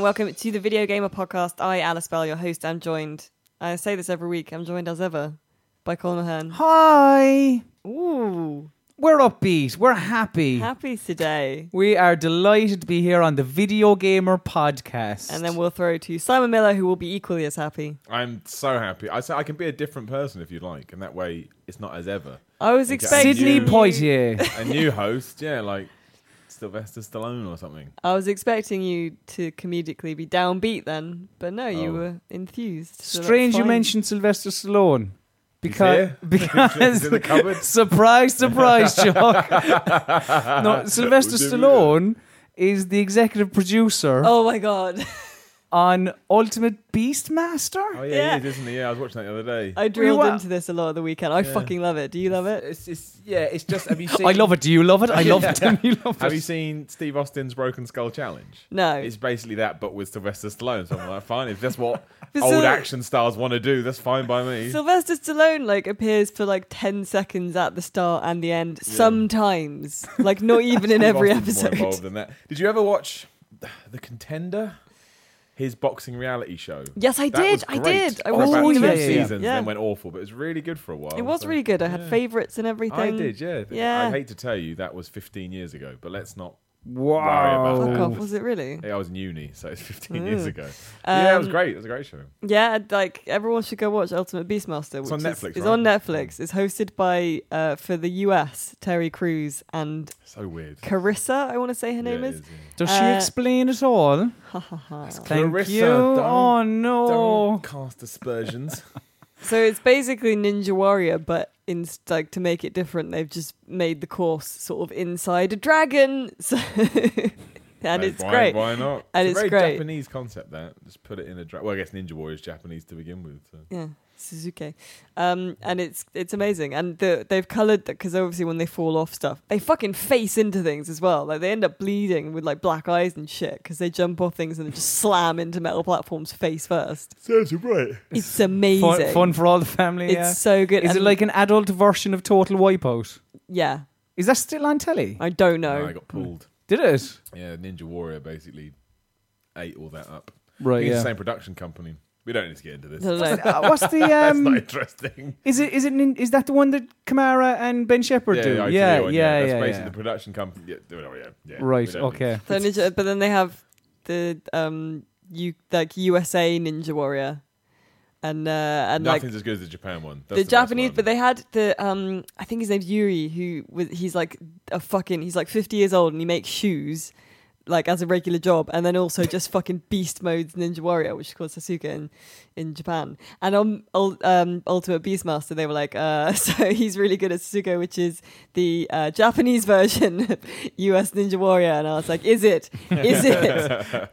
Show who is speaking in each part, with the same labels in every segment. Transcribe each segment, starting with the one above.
Speaker 1: welcome to the Video Gamer Podcast. I, Alice Bell, your host, am joined. I say this every week. I'm joined as ever by Colin Mahan.
Speaker 2: Hi.
Speaker 1: Ooh,
Speaker 2: We're upbeat. We're happy.
Speaker 1: happy today.
Speaker 2: We are delighted to be here on the Video Gamer Podcast.
Speaker 1: And then we'll throw to Simon Miller, who will be equally as happy.
Speaker 3: I'm so happy. I say I can be a different person if you like, and that way it's not as ever.
Speaker 1: I was
Speaker 3: Okay.
Speaker 1: expecting
Speaker 2: Sydney
Speaker 1: you-
Speaker 2: Poitier.
Speaker 3: A new host, yeah, like Sylvester Stallone or something.
Speaker 1: I was expecting you to comedically be downbeat then, but no, you
Speaker 3: Oh.
Speaker 1: were enthused. so that's
Speaker 2: Strange you
Speaker 1: fine.
Speaker 2: mentioned Sylvester Stallone. Because,
Speaker 3: here. He's
Speaker 2: because
Speaker 3: in the cupboard.
Speaker 2: surprise, surprise, Chuck. no, Sylvester
Speaker 3: Didn't
Speaker 2: Stallone is the executive producer
Speaker 1: Oh my god,
Speaker 2: on Ultimate Beastmaster.
Speaker 3: Oh yeah, Uh,
Speaker 1: Yeah.
Speaker 3: he is, isn't he? Yeah, I was watching that the other day.
Speaker 1: I drilled
Speaker 2: wa-
Speaker 1: into this a lot of the weekend. I fucking love it. Do you love it?
Speaker 3: It's, it's yeah, it's just. Have you seen?
Speaker 2: I love it. Do you love it? I love it. Do you love
Speaker 3: Have you
Speaker 2: it?
Speaker 3: seen Steve Austin's Broken Skull Challenge?
Speaker 1: No.
Speaker 3: It's basically that, but with Sylvester Stallone. So I'm like, fine, if that's what
Speaker 1: But
Speaker 3: old
Speaker 1: Syl-
Speaker 3: action stars want to do, that's fine by me.
Speaker 1: Sylvester Stallone like appears for like ten seconds at the start and the end. Sometimes, like not even in
Speaker 3: Steve
Speaker 1: every
Speaker 3: Austin's more
Speaker 1: episode.
Speaker 3: involved than that. Did you ever watch The Contender? His boxing reality show.
Speaker 1: Yes, I
Speaker 3: That
Speaker 1: did.
Speaker 3: was
Speaker 1: I
Speaker 3: great
Speaker 1: did. I
Speaker 3: for
Speaker 1: watched
Speaker 3: about
Speaker 2: Oh,
Speaker 1: all
Speaker 3: two
Speaker 1: of
Speaker 2: yeah,
Speaker 1: it.
Speaker 2: yeah, yeah.
Speaker 3: seasons, and
Speaker 1: Yeah.
Speaker 3: then went awful, but it was really good for a while.
Speaker 1: It was
Speaker 3: so-
Speaker 1: really good. I had
Speaker 3: yeah.
Speaker 1: favorites and everything.
Speaker 3: I did, yeah.
Speaker 1: Yeah.
Speaker 3: I hate to tell you that was 15 years ago, but let's not.
Speaker 2: Wow.
Speaker 3: Worry
Speaker 1: Fuck
Speaker 3: about
Speaker 1: off, was it really?
Speaker 3: Hey, I was in uni, so it's 15 years ago. yeah, it
Speaker 1: Mm.
Speaker 3: was
Speaker 1: Um,
Speaker 3: great. It was a great show.
Speaker 1: Yeah, like everyone should go watch Ultimate Beastmaster, which
Speaker 3: on
Speaker 1: is,
Speaker 3: Netflix,
Speaker 1: is
Speaker 3: right?
Speaker 1: on Netflix. It's hosted by uh, for the US Terry Crews and
Speaker 3: So weird.
Speaker 1: Carissa. I want to say her name
Speaker 3: Yeah, it
Speaker 1: is.
Speaker 2: Does
Speaker 1: Uh,
Speaker 2: she explain it all?
Speaker 1: Ha ha ha.
Speaker 2: Thank
Speaker 3: Clarissa,
Speaker 2: you.
Speaker 3: don't-
Speaker 2: oh no.
Speaker 3: Don't cast aspersions.
Speaker 1: So it's basically Ninja Warrior, but in like to make it different, they've just made the course sort of inside a dragon. So and
Speaker 3: Hey,
Speaker 1: it's
Speaker 3: why,
Speaker 1: great.
Speaker 3: Why not?
Speaker 1: And
Speaker 3: it's,
Speaker 1: it's
Speaker 3: a very
Speaker 1: great.
Speaker 3: Japanese concept. That just put it in a. Dra- well, I guess Ninja Warrior's Japanese to begin with. So.
Speaker 1: Yeah, Suzuki. Um, and it's it's amazing. And the, they've coloured that because obviously when they fall off stuff, they fucking face into things as well. Like they end up bleeding with like black eyes and shit because they jump off things and just slam into metal platforms face first.
Speaker 3: Sounds right.
Speaker 1: It's amazing.
Speaker 2: Fun, fun for all the family.
Speaker 1: it's
Speaker 2: yeah.
Speaker 1: so good.
Speaker 2: Is it
Speaker 1: And-
Speaker 2: like an adult version of Total Wipeout?
Speaker 1: yeah?
Speaker 2: Is that still on telly?
Speaker 1: I don't
Speaker 3: No,
Speaker 1: know.
Speaker 3: I got pulled.
Speaker 2: Did it?
Speaker 3: Yeah, Ninja Warrior basically ate all that up.
Speaker 2: Right.
Speaker 3: He's the
Speaker 2: Yeah.
Speaker 3: same production company. We don't need to get into this.
Speaker 1: I don't know.
Speaker 2: Uh, what's the
Speaker 3: That's not
Speaker 2: um?
Speaker 3: interesting.
Speaker 2: Is it is it nin- is that the one that Kamara and Ben Shepherd do?
Speaker 3: the ITV
Speaker 2: yeah,
Speaker 3: one,
Speaker 2: yeah,
Speaker 3: That's
Speaker 2: yeah,
Speaker 3: basically
Speaker 2: yeah.
Speaker 3: the production company. Yeah, they don't- yeah, yeah, we
Speaker 2: Right.
Speaker 3: don't need-
Speaker 2: Okay.
Speaker 1: So ninja, but then they have the um you like USA Ninja Warrior, and uh, and like
Speaker 3: Nothing's as good as the Japan one. That's
Speaker 1: the, Japanese,
Speaker 3: best
Speaker 1: but
Speaker 3: one.
Speaker 1: they had the um I think his name's Yuri, who was he's like a fucking he's like fifty years old and he makes shoes like as a regular job, and then also just fucking beast modes Ninja Warrior, which is called Sasuke in, in Japan, and on Ul- um Ultimate Beastmaster they were like uh so he's really good at Sasuke, which is the uh, Japanese version of US Ninja Warrior, and I was like, is it? Is it?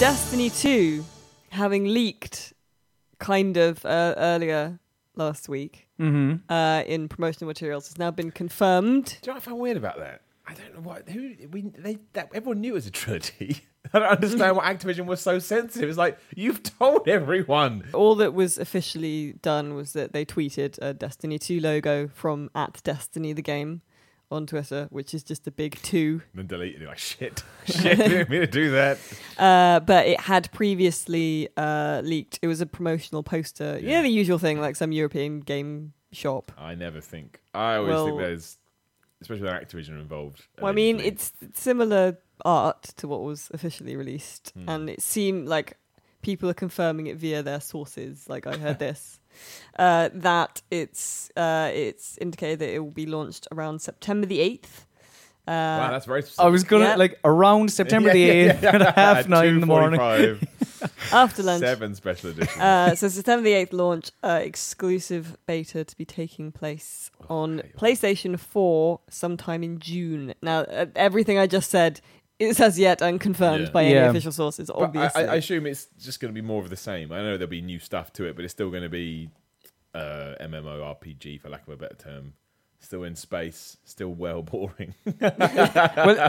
Speaker 1: Destiny 2 having leaked kind of uh, earlier last week
Speaker 2: Mm-hmm.
Speaker 1: uh, in promotional materials has now been confirmed.
Speaker 3: Do you know what I found weird about that? I don't know what who we they that everyone knew it was a trilogy. I don't understand why Activision was so sensitive. It's like you've told everyone.
Speaker 1: All that was officially done was that they tweeted a Destiny 2 logo from at Destiny the game on Twitter, which is just a big two.
Speaker 3: And then deleted it. Like shit, shit. we didn't mean to do that.
Speaker 1: Uh, but it had previously uh, leaked. It was a promotional poster. Yeah,
Speaker 3: Yeah.
Speaker 1: the usual thing, like some European game shop.
Speaker 3: I never think. I always
Speaker 1: Well-
Speaker 3: think there's, especially when Activision are involved.
Speaker 1: Well, I mean,
Speaker 3: immediately.
Speaker 1: it's similar art to what was officially released,
Speaker 3: Hmm.
Speaker 1: and it seemed like people are confirming it via their sources. Like I heard this uh, that it's uh, it's indicated that it will be launched around September the eighth.
Speaker 3: wow,
Speaker 1: Uh,
Speaker 3: that's very. Specific.
Speaker 2: I was gonna
Speaker 1: Yeah.
Speaker 2: like around Oh, September the eighth at half nine in the morning.
Speaker 3: 2:45,
Speaker 1: after lunch.
Speaker 3: Seven special edition.
Speaker 1: Uh, so September the eighth launch, uh, exclusive beta to be taking place on PlayStation Four sometime in June. Now, uh, everything I just said is as yet unconfirmed
Speaker 3: Yeah.
Speaker 1: by any
Speaker 2: Yeah.
Speaker 1: official sources.
Speaker 3: But I,
Speaker 1: Obviously,
Speaker 3: I- I assume it's just going to be more of the same. I know there'll be new stuff to it, but it's still going to be uh, MMORPG, for lack of a better term, Still in space, still well boring.
Speaker 2: well,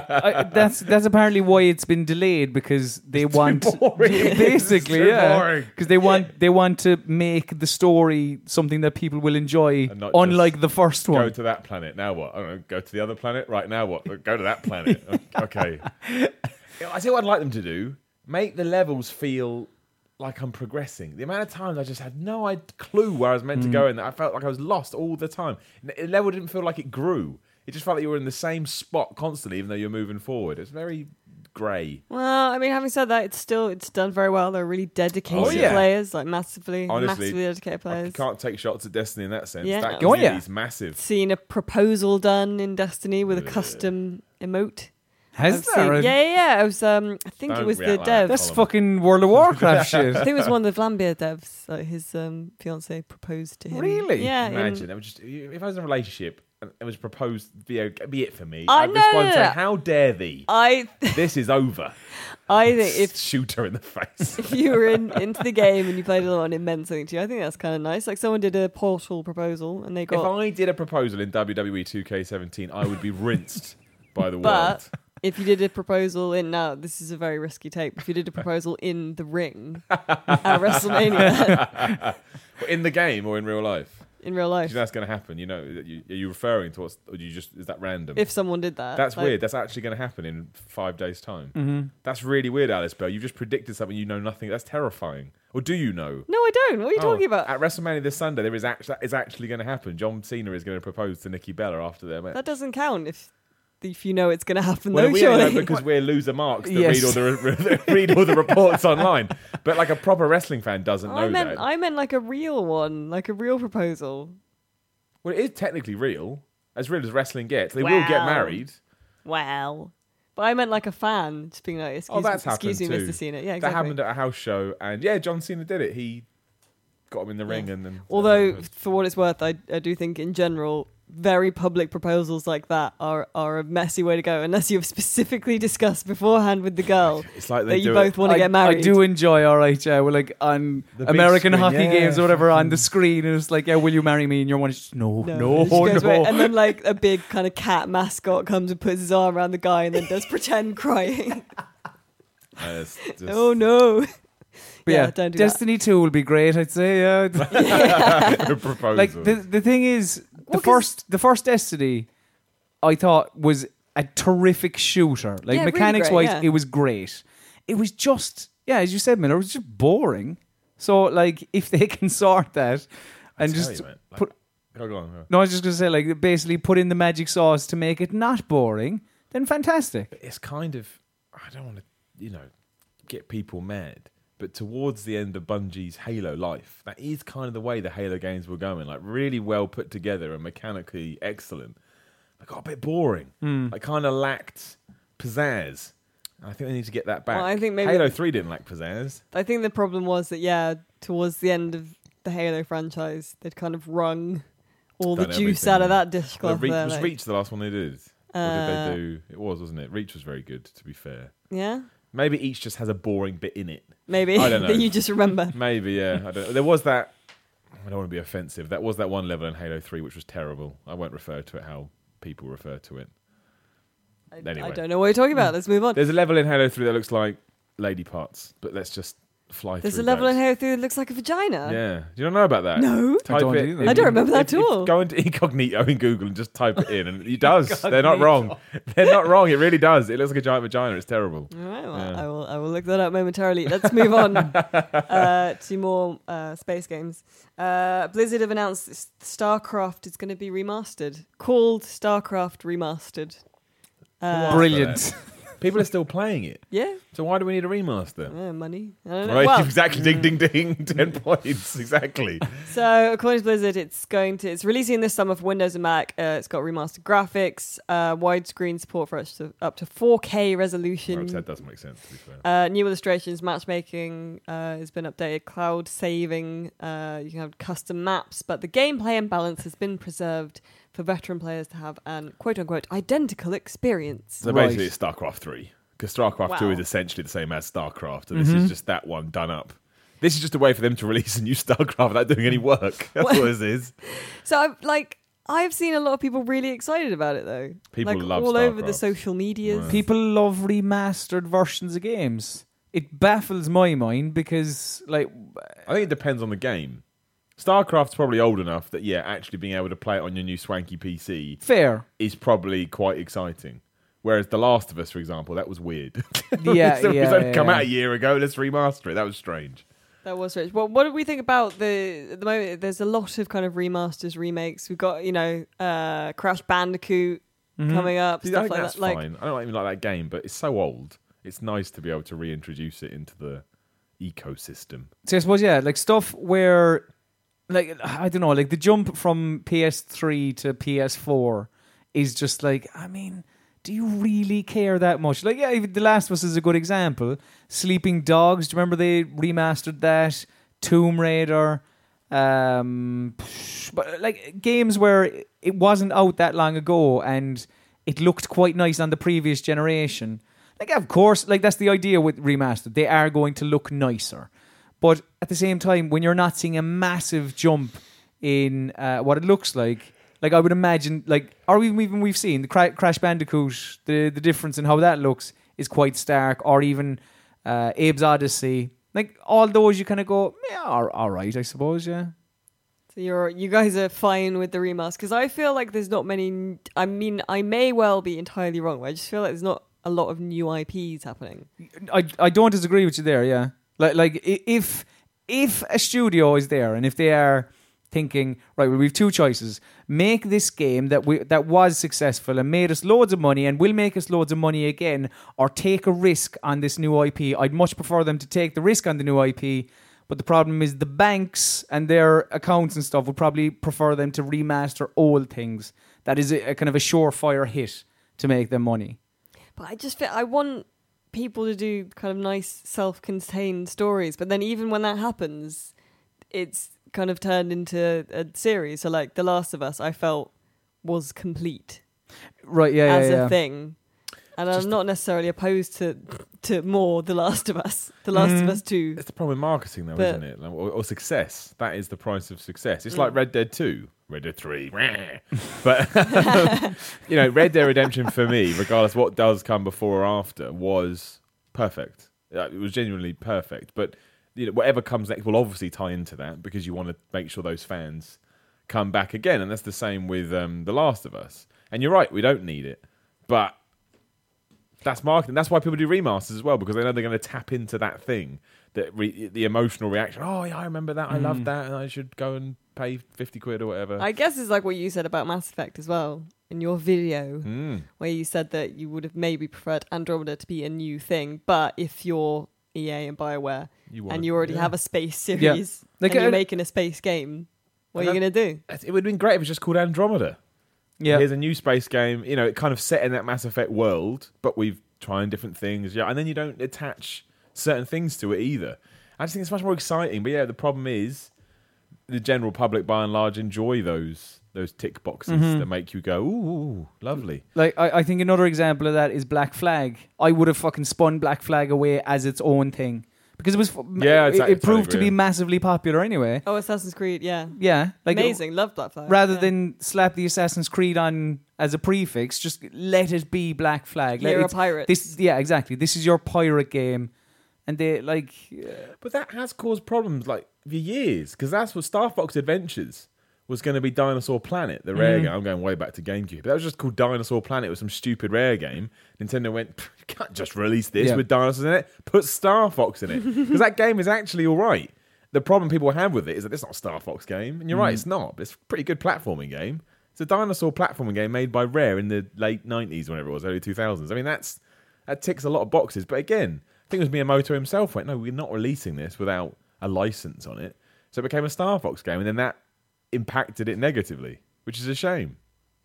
Speaker 2: I, that's that's apparently why it's been delayed because they want
Speaker 3: boring.
Speaker 2: basically
Speaker 3: It's too
Speaker 2: yeah
Speaker 3: boring.
Speaker 2: because they want they want to make the story something that people will enjoy,
Speaker 3: And not
Speaker 2: unlike
Speaker 3: just
Speaker 2: the first
Speaker 3: Go
Speaker 2: one.
Speaker 3: to that planet. Now what? I don't know. Go to the other planet. Right now what? Go to that planet. okay. Yeah, I see what I'd like them to do. Make the levels feel like I'm progressing. The amount of times I just had no id- clue where I was meant to go, and I felt like I was lost all the time. N- The level didn't feel like it grew. It just felt like you were in the same spot constantly, even though you're moving forward. It's very grey.
Speaker 1: Well, I mean, having said that, it's still it's done very well. They're really dedicated
Speaker 3: Oh, yeah.
Speaker 1: players, like massively,
Speaker 3: Honestly,
Speaker 1: massively dedicated
Speaker 3: I
Speaker 1: players.
Speaker 3: can't take shots at Destiny in that sense.
Speaker 1: Yeah.
Speaker 3: That
Speaker 1: Oh,
Speaker 2: yeah.
Speaker 3: community's massive.
Speaker 1: Seen a proposal done in Destiny with a custom emote.
Speaker 2: Has
Speaker 1: I've
Speaker 2: there?
Speaker 1: seen- yeah, yeah, yeah. I was, um, I think
Speaker 3: Don't
Speaker 1: it was the
Speaker 3: react like
Speaker 1: dev.
Speaker 3: that.
Speaker 2: That's fucking World of Warcraft shit.
Speaker 1: I think it was one of the Vlambeer devs. Like his um, fiance proposed to him.
Speaker 2: Really?
Speaker 1: Yeah. in-
Speaker 3: Imagine. I was just, if I was in a relationship and it was proposed, be, okay, be it for me.
Speaker 1: I
Speaker 3: I'd
Speaker 1: know.
Speaker 3: respond saying, How dare thee?
Speaker 1: I,
Speaker 3: this is over.
Speaker 1: I think if
Speaker 3: Shoot her in the face.
Speaker 1: if you were in, into the game and you played along and it meant something to you, I think that's kind of nice. Like someone did a portal proposal and they
Speaker 3: if
Speaker 1: got.
Speaker 3: I did a proposal in E WWE 2K17, I would be rinsed by the
Speaker 1: But-
Speaker 3: world.
Speaker 1: if you did a proposal in now, this is a very risky take. If you did a proposal in the ring at WrestleMania
Speaker 3: But in the game or in real life?
Speaker 1: in real
Speaker 3: Do
Speaker 1: life,
Speaker 3: you know that's going to happen? You know, you, are you referring to what's, or do you just, is that random?
Speaker 1: if someone did that,
Speaker 3: that's
Speaker 1: like,
Speaker 3: weird. That's actually going to happen in five days' time. That's really weird, Alice Bell. You've just predicted something you know nothing. That's terrifying. Or do you know?
Speaker 1: No, I don't. What are you
Speaker 3: Oh,
Speaker 1: talking about?
Speaker 3: At WrestleMania this Sunday, there is actually that is actually going to happen. John Cena is going to propose to Nikki Bella after their match.
Speaker 1: That doesn't count if if you know it's going to happen.
Speaker 3: Well,
Speaker 1: though,
Speaker 3: we
Speaker 1: surely.
Speaker 3: only know because we're loser marks that
Speaker 2: Yes.
Speaker 3: read all the re- read all the reports online. But like a proper wrestling fan doesn't know
Speaker 1: I meant
Speaker 3: that.
Speaker 1: I meant like a real one, like a real proposal.
Speaker 3: Well, it is technically real, as real as wrestling gets. They will get
Speaker 1: Wow.
Speaker 3: married.
Speaker 1: Wow. But I meant like a fan just being like, excuse,
Speaker 3: oh, that's happened
Speaker 1: excuse me,
Speaker 3: too.
Speaker 1: Mr. Cena. Yeah, exactly.
Speaker 3: That happened at a house show, and yeah, John Cena did it. He got him in the ring,
Speaker 1: Yeah.
Speaker 3: and then
Speaker 1: Although, for what it's worth, I, I do think in general, very public proposals like that are, are a messy way to go unless you have specifically discussed beforehand with the girl
Speaker 3: it's like they
Speaker 1: that you
Speaker 3: do it-
Speaker 1: both want to
Speaker 2: I-
Speaker 1: get married.
Speaker 2: I do enjoy, all right, yeah. We're like on
Speaker 3: The big
Speaker 2: American
Speaker 3: screen,
Speaker 2: hockey
Speaker 3: yeah,
Speaker 2: games or whatever on the screen, and it's like, yeah, will you marry me? And your one is just, no, no, no.
Speaker 1: She goes away, And then, like, a big kind of cat mascot comes and puts his arm around the guy and then does pretend crying.
Speaker 3: Uh, it's just-
Speaker 1: oh, no.
Speaker 2: But
Speaker 1: yeah, don't do that.
Speaker 2: Destiny 2 will be great, I'd say, yeah.
Speaker 3: a proposal.
Speaker 2: like, the, the thing is, the
Speaker 1: Well, 'cause-
Speaker 2: first the first Destiny, I thought, was a terrific shooter. Like,
Speaker 1: Yeah, really
Speaker 2: mechanics-wise,
Speaker 1: great, yeah.
Speaker 2: it was great. It was just, yeah, as you said, Miller, it was just boring. So, like, if they can sort that and
Speaker 3: Tell
Speaker 2: just
Speaker 3: you, man. Like-
Speaker 2: put...
Speaker 3: Oh, go on, go on.
Speaker 2: No, I was just gonna say, like, basically put in the magic sauce to make it not boring. Then fantastic.
Speaker 3: it's kind of I don't want to you know get people mad, but towards the end of Bungie's Halo life, that is kind of the way the Halo games were going, like really well put together and mechanically excellent. But got a bit boring. I kind of lacked pizzazz. And I think they need to get that back.
Speaker 1: Well, I think maybe-
Speaker 3: Halo Three didn't lack pizzazz.
Speaker 1: I think the problem was that, yeah, towards the end of the Halo franchise, they'd kind of wrung all the
Speaker 3: Done
Speaker 1: juice
Speaker 3: everything,
Speaker 1: out of
Speaker 3: yeah.
Speaker 1: that dishcloth.
Speaker 3: Well, Reach,
Speaker 1: there,
Speaker 3: was
Speaker 1: like-
Speaker 3: Reach the last one they did? or
Speaker 1: Uh,
Speaker 3: did they do? It was, wasn't it? Reach was very good, to be fair.
Speaker 1: Yeah,
Speaker 3: Maybe each just has a boring bit in it.
Speaker 1: maybe.
Speaker 3: I don't know.
Speaker 1: that you just remember.
Speaker 3: Maybe, yeah. I don't. There was that. I don't want to be offensive. That was that one level in Halo Three which was terrible. I won't refer to it how people refer to it.
Speaker 1: I,
Speaker 3: Anyway.
Speaker 1: I don't know what you're talking about. Let's move on. There's,
Speaker 3: There's a level in Halo Three that looks like lady parts, but let's just fly.
Speaker 1: a
Speaker 3: through
Speaker 1: level
Speaker 3: that.
Speaker 1: in Halo 3 that looks like a vagina.
Speaker 3: Yeah, do you not know about that?
Speaker 1: No.
Speaker 3: Type
Speaker 2: don't
Speaker 3: it
Speaker 2: either.
Speaker 3: in-
Speaker 2: I
Speaker 1: don't remember that at
Speaker 3: if- if-
Speaker 1: all.
Speaker 3: Go into incognito in Google and just type it in, and it does. They're not wrong. They're not wrong. It really does. It looks like a giant vagina. It's terrible.
Speaker 1: All right, well,
Speaker 3: Yeah.
Speaker 1: I will. I will look that up momentarily. Let's move on uh, to more uh, space games. Uh, Blizzard have announced s- StarCraft is going to be remastered, called StarCraft Remastered. Uh,
Speaker 2: Brilliant.
Speaker 3: People are still playing it,
Speaker 1: yeah,
Speaker 3: so why do we need a remaster?
Speaker 1: uh, money. I don't know.
Speaker 3: Right,
Speaker 1: Well, mm.
Speaker 3: exactly. Ding, ding, ding. Ten points. Exactly.
Speaker 1: So, according to Blizzard, it's going to it's releasing this summer for Windows and Mac. Uh, it's got remastered graphics, uh, widescreen support for up to, up to 4K
Speaker 3: Well,
Speaker 1: resolution.
Speaker 3: that does make sense. To be fair.
Speaker 1: Uh, new illustrations, matchmaking uh, has been updated, cloud saving, uh, you can have custom maps, but the gameplay and balance has been preserved for veteran players to have an quote unquote identical experience.
Speaker 3: So
Speaker 2: Right.
Speaker 3: basically, it's StarCraft 3. Because StarCraft 2
Speaker 1: Wow.
Speaker 3: is essentially the same as StarCraft, and
Speaker 2: Mm-hmm.
Speaker 3: this is just that one done up. This is just a way for them to release a new StarCraft without doing any work. That's what this is.
Speaker 1: So, I've, like, I've seen a lot of people really excited about it though.
Speaker 3: People
Speaker 1: like
Speaker 3: love
Speaker 1: all over the
Speaker 3: StarCraft.
Speaker 1: social medias.
Speaker 2: People love remastered versions of games. It baffles my mind because, like,
Speaker 3: I think it depends on the game. StarCraft's probably old enough that yeah, actually being able to play it on your new swanky PC
Speaker 2: fair.
Speaker 3: is probably quite exciting. Whereas The Last of Us, for example, that was weird.
Speaker 2: Yeah,
Speaker 3: So it was
Speaker 2: yeah,
Speaker 3: only
Speaker 2: yeah,
Speaker 3: come
Speaker 2: yeah.
Speaker 3: out a year ago. Let's remaster it. That was strange.
Speaker 1: That was rich. Well, what do we think about the at the moment? There's a lot of kind of remasters, remakes. We've got you know uh, Crash Bandicoot coming up,
Speaker 3: See, Mm-hmm. I
Speaker 1: stuff
Speaker 3: think
Speaker 1: like
Speaker 3: that's
Speaker 1: that. Like
Speaker 3: fine. I don't even like that game, but it's so old. It's nice to be able to reintroduce it into the ecosystem.
Speaker 2: So I suppose yeah, like stuff where, like I don't know, like the jump from PS3 to PS4 is just like I mean, do you really care that much? Like yeah, even The Last of Us is a good example. Sleeping Dogs, do you remember they remastered that? Tomb Raider, um, psh, but like games where it wasn't out that long ago and it looked quite nice on the previous generation. Like of course, like that's the idea with remastered. They are going to look nicer. But at the same time, when you're not seeing a massive jump in uh, what it looks like, like I would imagine, like or even even we've seen the Cra- Crash Bandicoot, the the difference in how that looks is quite stark. Or even uh, Abe's Odyssey, like all those you kind of go, yeah, all, all right, I suppose, yeah.
Speaker 1: so you're you guys are fine with the remaster because I feel like there's not many. I mean, I may well be entirely wrong, but I just feel like there's not a lot of new IPs happening.
Speaker 2: I I don't disagree with you there. Yeah, like like i- if if a studio is there and if they are thinking right, well, we've two choices: make this game that we that was successful and made us loads of money and will make us loads of money again, or take a risk on this new IP. I'd much prefer them to take the risk on the new IP. But the problem is the banks and their accounts and stuff would probably prefer them to remaster old things. That is a, a kind of a surefire hit to make them money.
Speaker 1: But I just feel I want people to do kind of nice, self-contained stories. But then even when that happens, it's kind of turned into a series. So like The Last of Us, I felt was complete.
Speaker 2: Right? Yeah.
Speaker 1: as
Speaker 2: yeah,
Speaker 1: a
Speaker 2: yeah.
Speaker 1: thing. And I'm not necessarily opposed to to more The Last of Us, The Last
Speaker 2: Mm-hmm.
Speaker 1: of Us Two.
Speaker 3: It's the problem with marketing, though,
Speaker 1: But- Mm.
Speaker 3: isn't it? Like, or, or success. That is the price of success. It's like Red Dead 2, Red Dead 3. meh. but, you know, Red Dead Redemption for me, regardless what does come before or after, was perfect. Uh, It was genuinely perfect. But, you know, whatever comes next will obviously tie into that because you want to make sure those fans come back again. And that's the same with um, The Last of Us. And you're right, we don't need it. But that's marketing. That's why people do remasters as well because they know they're going to tap into that thing, that re- the emotional reaction. Oh, yeah, I remember that. I love that, and I should go and pay fifty quid or whatever.
Speaker 1: I guess it's like what you said about Mass Effect as well in your video,
Speaker 3: Mm.
Speaker 1: where you said that you would have maybe preferred Andromeda to be a new thing, but if you're EA and Bioware
Speaker 3: You
Speaker 1: and
Speaker 3: wanna-
Speaker 1: you already
Speaker 3: yeah.
Speaker 1: have a space series
Speaker 2: Yeah. Like,
Speaker 1: and you're
Speaker 2: uh,
Speaker 1: making a space game, what are you
Speaker 3: And
Speaker 1: gonna do?
Speaker 3: It would have been great if it was just called Andromeda.
Speaker 2: Yeah.
Speaker 3: Here's a new space game. You know, it kind of set in that Mass Effect world, but we've trying different things. Yeah, and then you don't attach certain things to it either. I just think it's much more exciting. But yeah, the problem is the general public, by and large, enjoy those those tick boxes
Speaker 2: Mm-hmm.
Speaker 3: that make you go, ooh, lovely.
Speaker 2: Like I, I think another example of that is Black Flag. I would have fucking spun Black Flag away as its own thing because it was fu-
Speaker 3: Yeah,
Speaker 2: it-
Speaker 3: exactly,
Speaker 2: it, proved to
Speaker 3: totally
Speaker 2: be
Speaker 3: agree.
Speaker 2: massively popular anyway.
Speaker 1: Oh, Assassin's Creed, yeah,
Speaker 2: Yeah, like it-
Speaker 1: amazing, love Black Flag.
Speaker 2: rather
Speaker 1: yeah.
Speaker 2: than slap the Assassin's Creed on as a prefix, just let it be Black Flag. Let
Speaker 1: you're a
Speaker 2: it's-
Speaker 1: pirate,
Speaker 2: This, yeah, exactly. This is your pirate game, and they like
Speaker 3: But that has caused problems like for years because that's what Star Fox Adventures was going to be Dinosaur Planet, the rare
Speaker 2: Mm-hmm.
Speaker 3: game. I'm going way back to GameCube. But that was just called Dinosaur Planet. It was some stupid rare game. Nintendo went, "Pff, you can't just release this
Speaker 2: Yeah.
Speaker 3: with dinosaurs in it. Put Star Fox in it because that game is actually all right. The problem people have with it is that it's not a Star Fox game, and you're
Speaker 1: Mm.
Speaker 3: right, it's not. But it's a pretty good platforming game. It's a dinosaur platforming game made by Rare in the late '90s, whenever it was, early 2000s. I mean, that's that ticks a lot of boxes. But again, I think it was Miyamoto himself went, no, we're not releasing this without a license on it. So it became a Star Fox game, and then that impacted it negatively, which is a shame.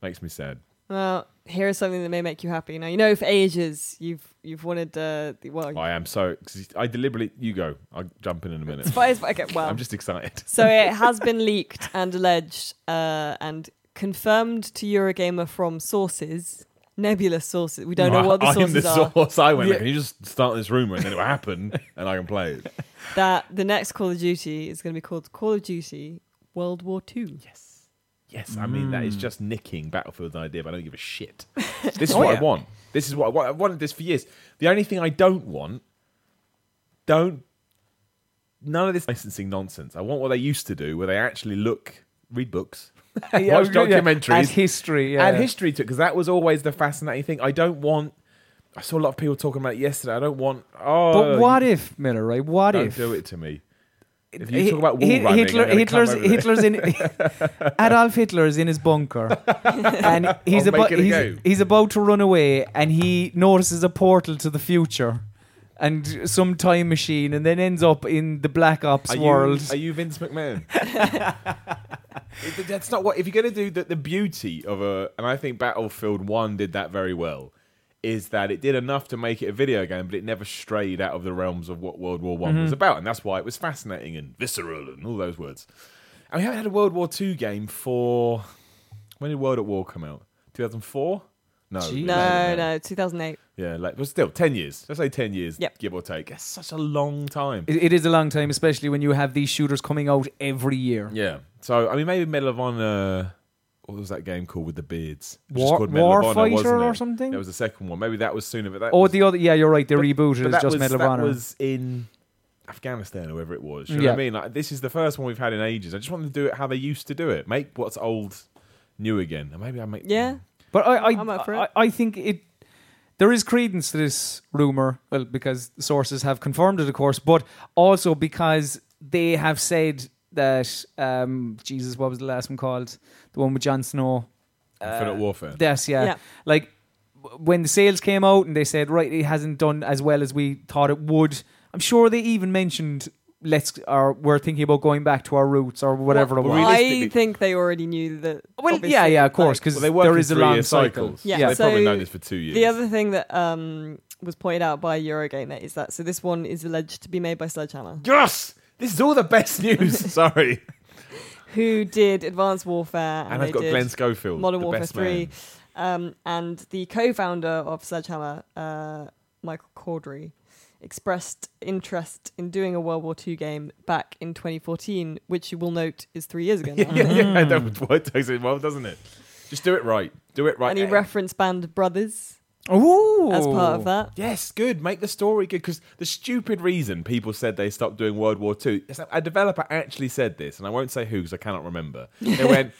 Speaker 3: Makes me sad.
Speaker 1: Well, here is something that may make you happy. Now you know for ages you've you've wanted uh, the- well,
Speaker 3: I am so. 'cause I deliberately. You go. I'll jump in in a minute.
Speaker 1: It's fine, it's fine. Okay, well,
Speaker 3: I'm just excited.
Speaker 1: so it has been leaked and alleged uh, and confirmed to Eurogamer from sources, nebulous sources. We don't know what the
Speaker 3: I'm
Speaker 1: sources
Speaker 3: the
Speaker 1: are.
Speaker 3: source. I went.
Speaker 2: Yeah.
Speaker 3: Can you just start this rumor and then it will happen, and I can play it.
Speaker 1: That the next Call of Duty is going to be called Call of Duty World War Two. Yes.
Speaker 3: yes, I mean that is just nicking Battlefield's idea, but I don't give a shit. Mm. This is
Speaker 2: Oh,
Speaker 3: what
Speaker 2: yeah.
Speaker 3: I want. This is what I want. I've wanted this for years. The only thing I don't want, don't none of this licensing nonsense. I want what they used to do, where they actually look, read books, watch documentaries,
Speaker 2: and history. Yeah.
Speaker 3: add history to it because that was always the fascinating thing. I don't want. I saw a lot of people talking about it yesterday. I don't want. Oh,
Speaker 2: But what if Miller? Right? What
Speaker 3: Don't
Speaker 2: if?
Speaker 3: do it to me. If
Speaker 2: Hi-
Speaker 3: you talk about wall
Speaker 2: Hi-
Speaker 3: running,
Speaker 2: Hitler,
Speaker 3: I'm gonna come
Speaker 2: Hitler's
Speaker 3: over there.
Speaker 2: Hitler's in Adolf Hitler is in his bunker, and he's
Speaker 3: I'll
Speaker 2: about
Speaker 3: make it a
Speaker 2: he's,
Speaker 3: game.
Speaker 2: he's about to run away, and he notices a portal to the future, and some time machine, and then ends up in the Black Ops
Speaker 3: Are you,
Speaker 2: world.
Speaker 3: are you Vince McMahon? It- That's not what. If you're going to do the, the beauty of a, and I think Battlefield One did that very well, is that it did enough to make it a video game, but it never strayed out of the realms of what World War One was about, and that's why it was fascinating and visceral and all those words. And we haven't had a World War Two game for when did World at War come out? 2004? No,
Speaker 2: Gee.
Speaker 1: No, no, 2008.
Speaker 3: yeah, like but still ten years. Let's say ten years,
Speaker 1: Yep.
Speaker 3: give or take. That's such a long time.
Speaker 2: It- it is a long time, especially when you have these shooters coming out every year.
Speaker 3: Yeah. So I mean, maybe Medal of Honor. What was that game called with the beards? It was just
Speaker 2: War-
Speaker 3: called Medal of Honor,
Speaker 2: Warfighter
Speaker 3: wasn't it?
Speaker 2: or something?
Speaker 3: That was the second one. Maybe that was sooner. But that
Speaker 2: Oh,
Speaker 3: was,
Speaker 2: the other yeah, you're right. They
Speaker 3: but-
Speaker 2: rebooted.
Speaker 3: but
Speaker 2: It's
Speaker 3: that
Speaker 2: just
Speaker 3: was,
Speaker 2: Medal of
Speaker 3: that
Speaker 2: Honor.
Speaker 3: was in Afghanistan or wherever it was. You know
Speaker 2: Yeah.
Speaker 3: what I mean? Like, this is the first one we've had in ages. I just want them to do it how they used to do it. Make what's old new again. And maybe I make
Speaker 1: Yeah.
Speaker 2: But I, I,
Speaker 1: I'm up for
Speaker 2: I,
Speaker 1: it.
Speaker 2: I think it. There is credence to this rumor, well, because sources have confirmed it, of course, but also because they have said that um, Jesus, what was the last one called? The one with Jon Snow.
Speaker 1: Uh,
Speaker 2: Uh,
Speaker 3: Infinite Warfare.
Speaker 2: Yes, yeah.
Speaker 1: Yeah.
Speaker 2: Like w- when the sales came out and they said, right, it hasn't done as well as we thought it would. I'm sure they even mentioned let's or we're thinking about going back to our roots or whatever
Speaker 3: Well,
Speaker 2: it was.
Speaker 3: really- realistically-
Speaker 1: I think they already knew that.
Speaker 2: Well, yeah,
Speaker 1: obviously,
Speaker 2: yeah, of course,
Speaker 1: like,
Speaker 2: because
Speaker 3: Well, they work
Speaker 2: there
Speaker 3: in
Speaker 2: is a
Speaker 3: three-year
Speaker 2: long cycle.
Speaker 3: cycles.
Speaker 1: Yeah,
Speaker 3: they've probably
Speaker 1: so
Speaker 3: known this for two years.
Speaker 1: The other thing that um, was pointed out by Eurogamer is that so this one is alleged to be made by Sledgehammer,
Speaker 3: yes, this is all the best news. Sorry,
Speaker 1: who did Advanced Warfare and,
Speaker 3: and
Speaker 1: Oh, they
Speaker 3: I've got
Speaker 1: did
Speaker 3: Glenn Schofield,
Speaker 1: Modern
Speaker 3: the
Speaker 1: Warfare
Speaker 3: best
Speaker 1: Three,
Speaker 3: man.
Speaker 1: um, and the co-founder of Sledgehammer, uh, Michael Caudry, expressed interest in doing a World War II game back in 2014, which you will note is three years ago. now.
Speaker 3: yeah, yeah, that would- takes it well, doesn't it? Just do it right. Do it right.
Speaker 1: And he referenced Band of Brothers
Speaker 2: Ooh.
Speaker 1: as part of that.
Speaker 3: Yes, good. Make the story good because the stupid reason people said they stopped doing World War Two, a developer actually said this, and I won't say who because I cannot remember. They went,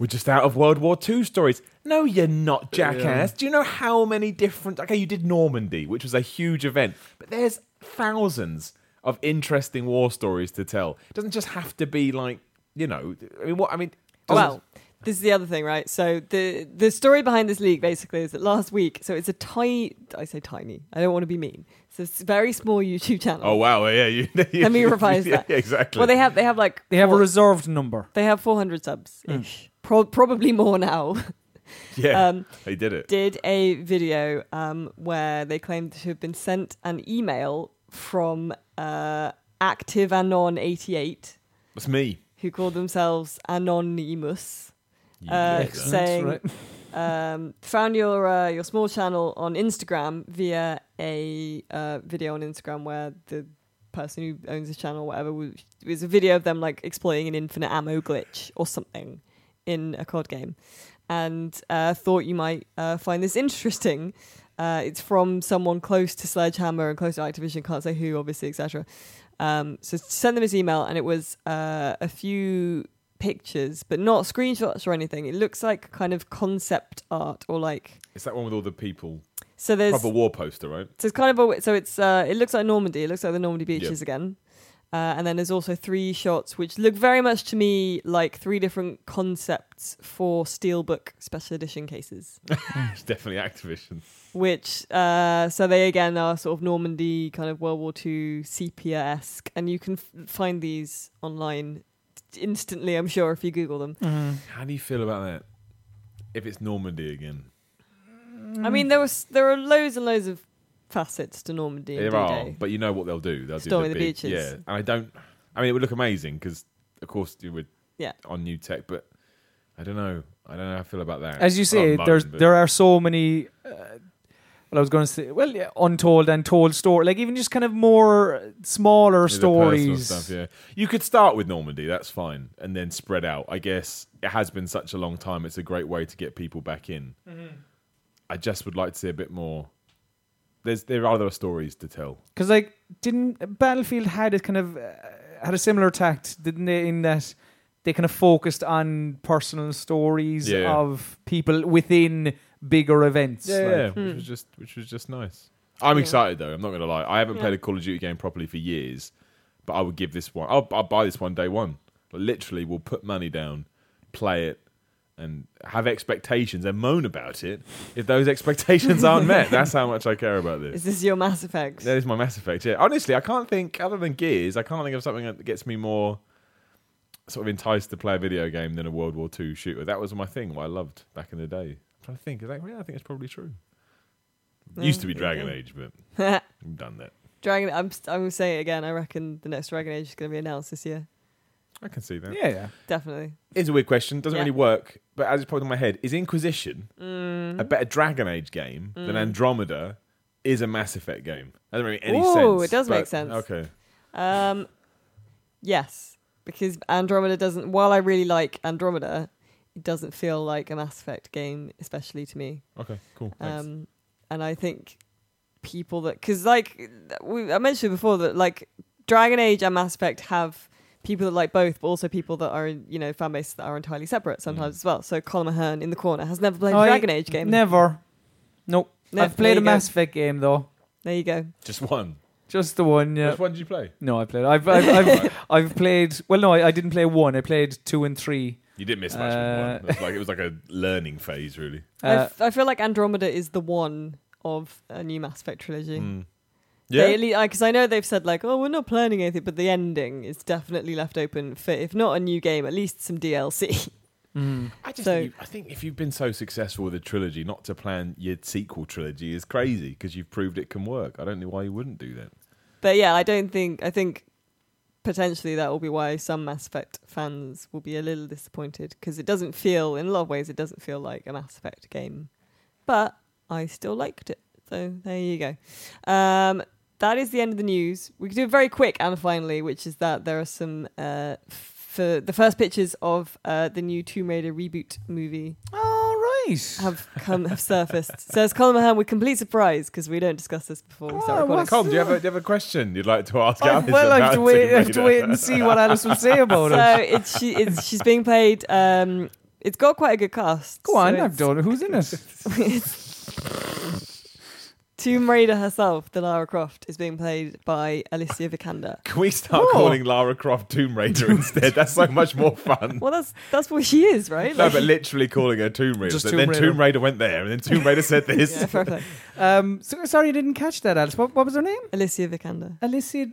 Speaker 3: "We're just out of World War Two stories." No, you're not, jackass. Do you know how many different? Okay, you did Normandy, which was a huge event, but there's thousands of interesting war stories to tell. It doesn't just have to be like you know. I mean, what I mean.
Speaker 1: Well, this is the other thing, right? So the the story behind this leak basically is that last week, so it's a tiny I say tiny, I don't want to be mean. So it's a very small YouTube channel.
Speaker 3: Oh wow! Yeah, you.
Speaker 1: Let me revise
Speaker 3: yeah,
Speaker 1: that.
Speaker 3: yeah, exactly.
Speaker 1: Well they have they have like
Speaker 2: They have Hmm. a
Speaker 1: four-
Speaker 2: reserved number.
Speaker 1: they have four hundred subs ish. Pro- probably more now.
Speaker 3: yeah,
Speaker 1: um,
Speaker 3: they did it.
Speaker 1: Did a video um, where they claimed to have been sent an email from uh, Active Anon eighty eight,
Speaker 3: That's me.
Speaker 1: who called themselves Anonymous.
Speaker 3: You
Speaker 1: Uh,
Speaker 3: did that.
Speaker 1: so- Saying- um, found your uh, your small channel on Instagram via a uh, video on Instagram where the person who owns the channel, whatever, was, it was a video of them like exploiting an infinite ammo glitch or something in a COD game, and uh, thought you might uh, find this interesting. Uh, it's from someone close to Sledgehammer and close to Activision, can't say who, obviously, etc. Um, so send them his email, and it was uh, a few pictures, but not screenshots or anything. It looks like kind of concept art or like
Speaker 3: It's that one with all the people.
Speaker 1: so there's
Speaker 3: Proper war poster, right?
Speaker 1: so it's kind of a so it's uh, it looks like Normandy. It looks like the Normandy beaches again. Uh, and then there's also three shots which look very much to me like three different concepts for steelbook special edition cases.
Speaker 3: It's definitely Activision.
Speaker 1: Which uh, so they again are sort of Normandy kind of World War II sepia esque, and you can f- find these online instantly. I'm sure if you Google them.
Speaker 3: How do you feel about that? If it's Normandy again,
Speaker 1: I mean, there was there are loads and loads of facets to Normandy. and
Speaker 3: there are,
Speaker 1: D-Day.
Speaker 3: but you know what they'll do. They'll
Speaker 1: Storm of
Speaker 3: do
Speaker 1: the
Speaker 3: the, big-
Speaker 1: beaches.
Speaker 3: Yeah, and I don't. I mean, it would look amazing because, of course, you would.
Speaker 1: Yeah.
Speaker 3: On new tech, but I don't know. I don't know how I feel about that.
Speaker 2: As you
Speaker 3: Well,
Speaker 2: say,
Speaker 3: moan,
Speaker 2: there's
Speaker 3: but-
Speaker 2: there are so many. Uh, well, I was going to say, well, yeah, untold and told story, like even just kind of more smaller
Speaker 3: The personal
Speaker 2: stories.
Speaker 3: Stuff, yeah. You could start with Normandy, that's fine, and then spread out. I guess it has been such a long time. It's a great way to get people back in. I just would like to see a bit more. There's there are other stories to tell.
Speaker 2: Because like, didn't uh, Battlefield had a kind of uh, had a similar tact, didn't they? In that they kind of focused on personal stories
Speaker 3: Yeah.
Speaker 2: of people within bigger events. like-
Speaker 3: yeah, which was just which was just nice. I'm excited though. I'm not gonna lie. I haven't played a Call of Duty game properly for years, but I would give this one. I'll, I'll buy this one day one. Literally, will put money down, play it, and have expectations and moan about it if those expectations aren't met. That's how much I care about this.
Speaker 1: Is this your Mass Effect?
Speaker 3: That is my Mass Effect. Yeah, honestly, I can't think other than Gears. I can't think of something that gets me more sort of enticed to play a video game than a World War II shooter. That was my thing. What I loved back in the day. I'm trying to think. Is that yeah? I think it's probably true. Used to be
Speaker 1: Mm, Yeah.
Speaker 3: Dragon Age, but I've done that.
Speaker 1: Dragon. I'm. st- I'm gonna say it again. I reckon the next Dragon Age is gonna be announced this year.
Speaker 3: I can see that.
Speaker 2: yeah, yeah.
Speaker 1: Definitely.
Speaker 3: It's a weird question. Doesn't
Speaker 1: Yeah.
Speaker 3: really work. But as it's popped in my head, is Inquisition
Speaker 1: Mm-hmm.
Speaker 3: a better Dragon Age game than
Speaker 1: Mm.
Speaker 3: Andromeda? Is a Mass Effect game. That doesn't make any
Speaker 1: Ooh,
Speaker 3: sense.
Speaker 1: it does
Speaker 3: but-
Speaker 1: make sense.
Speaker 3: Okay.
Speaker 1: Um, yes, because Andromeda doesn't. While I really like Andromeda, it doesn't feel like a Mass Effect game, especially to me.
Speaker 3: Okay. Cool. Thanks.
Speaker 1: Um, and I think people that because like we, I mentioned before that like Dragon Age and Mass Effect have people that like both, but also people that are you know fan bases that are entirely separate
Speaker 3: Mm.
Speaker 1: sometimes as well. So Colin Mahern in the corner has never played a
Speaker 2: I-
Speaker 1: Dragon Age game.
Speaker 2: Never. Nope.
Speaker 1: No,
Speaker 2: I've played
Speaker 1: there
Speaker 2: a
Speaker 1: you go.
Speaker 2: Mass Effect game though.
Speaker 1: There you go.
Speaker 3: Just one.
Speaker 2: Just the one. Yeah.
Speaker 3: Which one did you play?
Speaker 2: No, I played. I've I've, I've, I've played. Well, no, I, I didn't play one. I played two and three.
Speaker 3: You did miss much.
Speaker 2: Uh,
Speaker 3: with one. It was like it was like a learning phase, really.
Speaker 1: I
Speaker 2: Uh,
Speaker 1: f- I feel like Andromeda is the one of a new Mass Effect trilogy.
Speaker 3: Mm. Yeah,
Speaker 1: because I know they've said like, oh, we're not planning anything, but the ending is definitely left open for, if not a new game, at least some DLC.
Speaker 2: mm.
Speaker 3: I just
Speaker 1: so-
Speaker 3: think, you- I think if you've been so successful with a trilogy, not to plan your sequel trilogy is crazy because you've proved it can work. I don't know why you wouldn't do that.
Speaker 1: but yeah, I don't think I think potentially that will be why some Mass Effect fans will be a little disappointed because it doesn't feel, in a lot of ways, it doesn't feel like a Mass Effect game. But I still liked it, so there you go. Um, that is the end of the news. We can do a very quick and finally, which is that there are some uh, for the first pictures of uh, the new Tomb Raider reboot movie
Speaker 2: All right.
Speaker 1: have come have surfaced. Says Colin Mahan with complete surprise because we don't discuss this before we
Speaker 2: Oh,
Speaker 1: start recording.
Speaker 2: what's-
Speaker 3: Colm, do you have a, do you have a question you'd like to ask?
Speaker 2: I,
Speaker 3: Alice
Speaker 2: well, I have to
Speaker 3: about
Speaker 2: wait.
Speaker 3: Tomb
Speaker 2: I have to
Speaker 3: Raider?
Speaker 2: wait and see what Alice will say about it.
Speaker 1: so it's she it's she's being played um it's got quite a good cast.
Speaker 2: Go on,
Speaker 1: so
Speaker 2: I've done it. Who's in it?
Speaker 1: Tomb Raider herself, the Lara Croft, is being played by Alicia Vikander.
Speaker 3: Can we start
Speaker 2: Oh.
Speaker 3: calling Lara Croft Tomb Raider instead? That's so much more fun.
Speaker 1: Well, that's that's what she is, right?
Speaker 3: No,
Speaker 1: Like-
Speaker 3: but literally calling her Tomb Raider.
Speaker 2: Just
Speaker 3: So
Speaker 2: Tomb
Speaker 3: then
Speaker 2: Raider.
Speaker 3: Tomb Raider went there, and then Tomb Raider said this.
Speaker 1: yeah, fair play.
Speaker 2: Um, so, sorry, I didn't catch that, Alice. What, what was her name?
Speaker 1: Alicia Vikander.
Speaker 2: Alicia